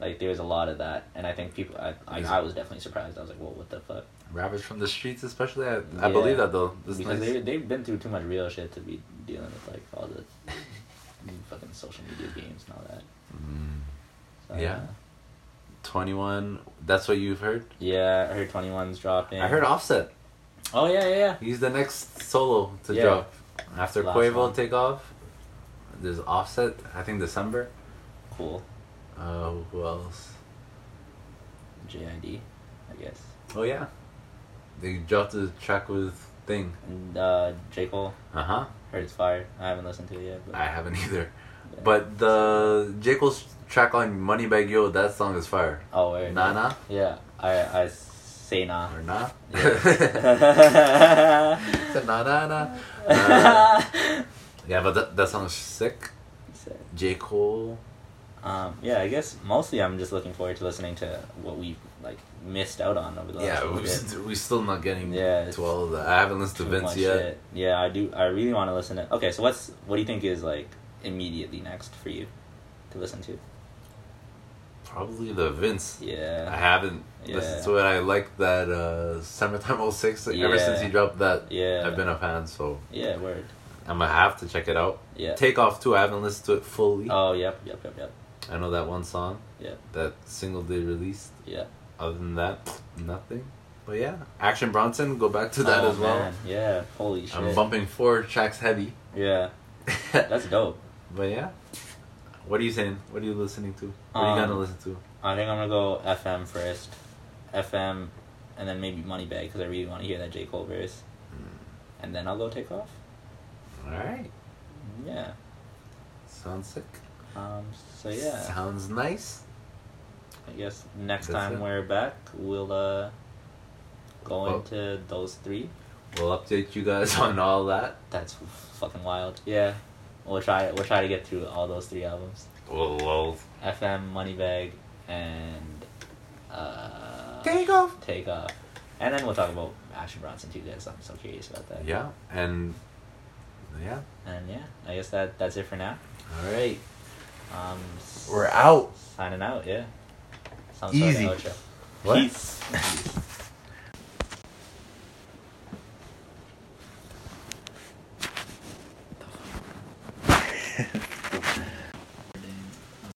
Speaker 2: Like, there was a lot of that. And I think people. I, I, I was definitely surprised. I was like, whoa, what the fuck?
Speaker 1: rappers from the streets, especially, I, I
Speaker 2: Yeah.
Speaker 1: believe that though. This
Speaker 2: because
Speaker 1: nice.
Speaker 2: they they've been through too much real shit to be dealing with like all the fucking social media games and all that. So,
Speaker 1: Mm. Yeah.
Speaker 2: uh,
Speaker 1: Twenty one. That's what you've heard.
Speaker 2: yeah, I heard Twenty One's dropping.
Speaker 1: I heard Offset.
Speaker 2: Oh yeah, yeah, yeah.
Speaker 1: He's the next solo to
Speaker 2: Yeah.
Speaker 1: drop after
Speaker 2: Last
Speaker 1: Quavo
Speaker 2: one.
Speaker 1: take off. There's Offset. I think December.
Speaker 2: Cool.
Speaker 1: Uh, who else?
Speaker 2: JID, I guess.
Speaker 1: Oh yeah, they dropped the track with Thing.
Speaker 2: And uh, J Cole
Speaker 1: Uh huh.
Speaker 2: heard it's fire. I haven't listened to it yet, but
Speaker 1: I haven't either.
Speaker 2: yeah.
Speaker 1: But the J. Cole's track on Moneybag Yo, that song is fire.
Speaker 2: oh wait,
Speaker 1: Nah, nah.
Speaker 2: Yeah, I I say nah.
Speaker 1: Or nah.
Speaker 2: Yeah.
Speaker 1: It's a nah, nah, nah. Uh, yeah, but that, that song's sick.
Speaker 2: Sick.
Speaker 1: J. Cole.
Speaker 2: Um, yeah, I guess mostly I'm just looking forward to listening to what we like missed out on over the last
Speaker 1: Yeah,
Speaker 2: little
Speaker 1: we
Speaker 2: bit.
Speaker 1: st- we still not getting
Speaker 2: Oh, Yeah, it's
Speaker 1: to all of that. I haven't listened to
Speaker 2: Too
Speaker 1: Vince
Speaker 2: much
Speaker 1: yet.
Speaker 2: shit. Yeah, I do. I really want to listen to. Okay, so what's what do you think is like immediately next for you to listen to?
Speaker 1: Probably the Vince. I
Speaker 2: Yeah,
Speaker 1: haven't
Speaker 2: Yeah.
Speaker 1: listened to it. I like that uh, Summertime 06. Like, Ever
Speaker 2: Yeah.
Speaker 1: since he dropped that,
Speaker 2: Yeah.
Speaker 1: I've been a fan, so
Speaker 2: yeah, word.
Speaker 1: I'm gonna have to check it out.
Speaker 2: Yeah.
Speaker 1: Take Off, too. I haven't listened to it fully.
Speaker 2: Oh, yep, yep, yep, yep,
Speaker 1: I know that one song,
Speaker 2: yep,
Speaker 1: that single they released.
Speaker 2: yep.
Speaker 1: other than that, nothing. But yeah, Action Bronson, go back to that
Speaker 2: Oh,
Speaker 1: as well.
Speaker 2: man, Yeah, holy shit.
Speaker 1: I'm bumping four tracks heavy.
Speaker 2: yeah,
Speaker 1: but
Speaker 2: that's dope.
Speaker 1: yeah, what are you saying? What are you listening to? What are you
Speaker 2: Um,
Speaker 1: gonna listen to?
Speaker 2: I think I'm gonna go FM first, FM, and then maybe Moneybag because I really want to hear that J Cole verse.
Speaker 1: Hmm.
Speaker 2: and then I'll go take off.
Speaker 1: All right.
Speaker 2: Yeah.
Speaker 1: Sounds sick.
Speaker 2: Um, so yeah,
Speaker 1: Sounds nice.
Speaker 2: I guess next
Speaker 1: That's
Speaker 2: time
Speaker 1: it.
Speaker 2: we're back, we'll uh, go
Speaker 1: Well-
Speaker 2: into those three.
Speaker 1: We'll update you guys on all that.
Speaker 2: That's fucking wild. Yeah, we'll try. We'll try to get through all those three albums:
Speaker 1: We'll, we'll
Speaker 2: FM, Moneybag, and uh,
Speaker 1: take off.
Speaker 2: Take Off. And then we'll talk about Action Bronson too, because I'm so curious about that.
Speaker 1: Yeah, and yeah.
Speaker 2: And yeah, I guess that that's it for now.
Speaker 1: All right,
Speaker 2: Um, s-
Speaker 1: we're out.
Speaker 2: signing out. Yeah. Some
Speaker 1: Easy.
Speaker 2: Sort of outro.
Speaker 1: What?
Speaker 2: Peace.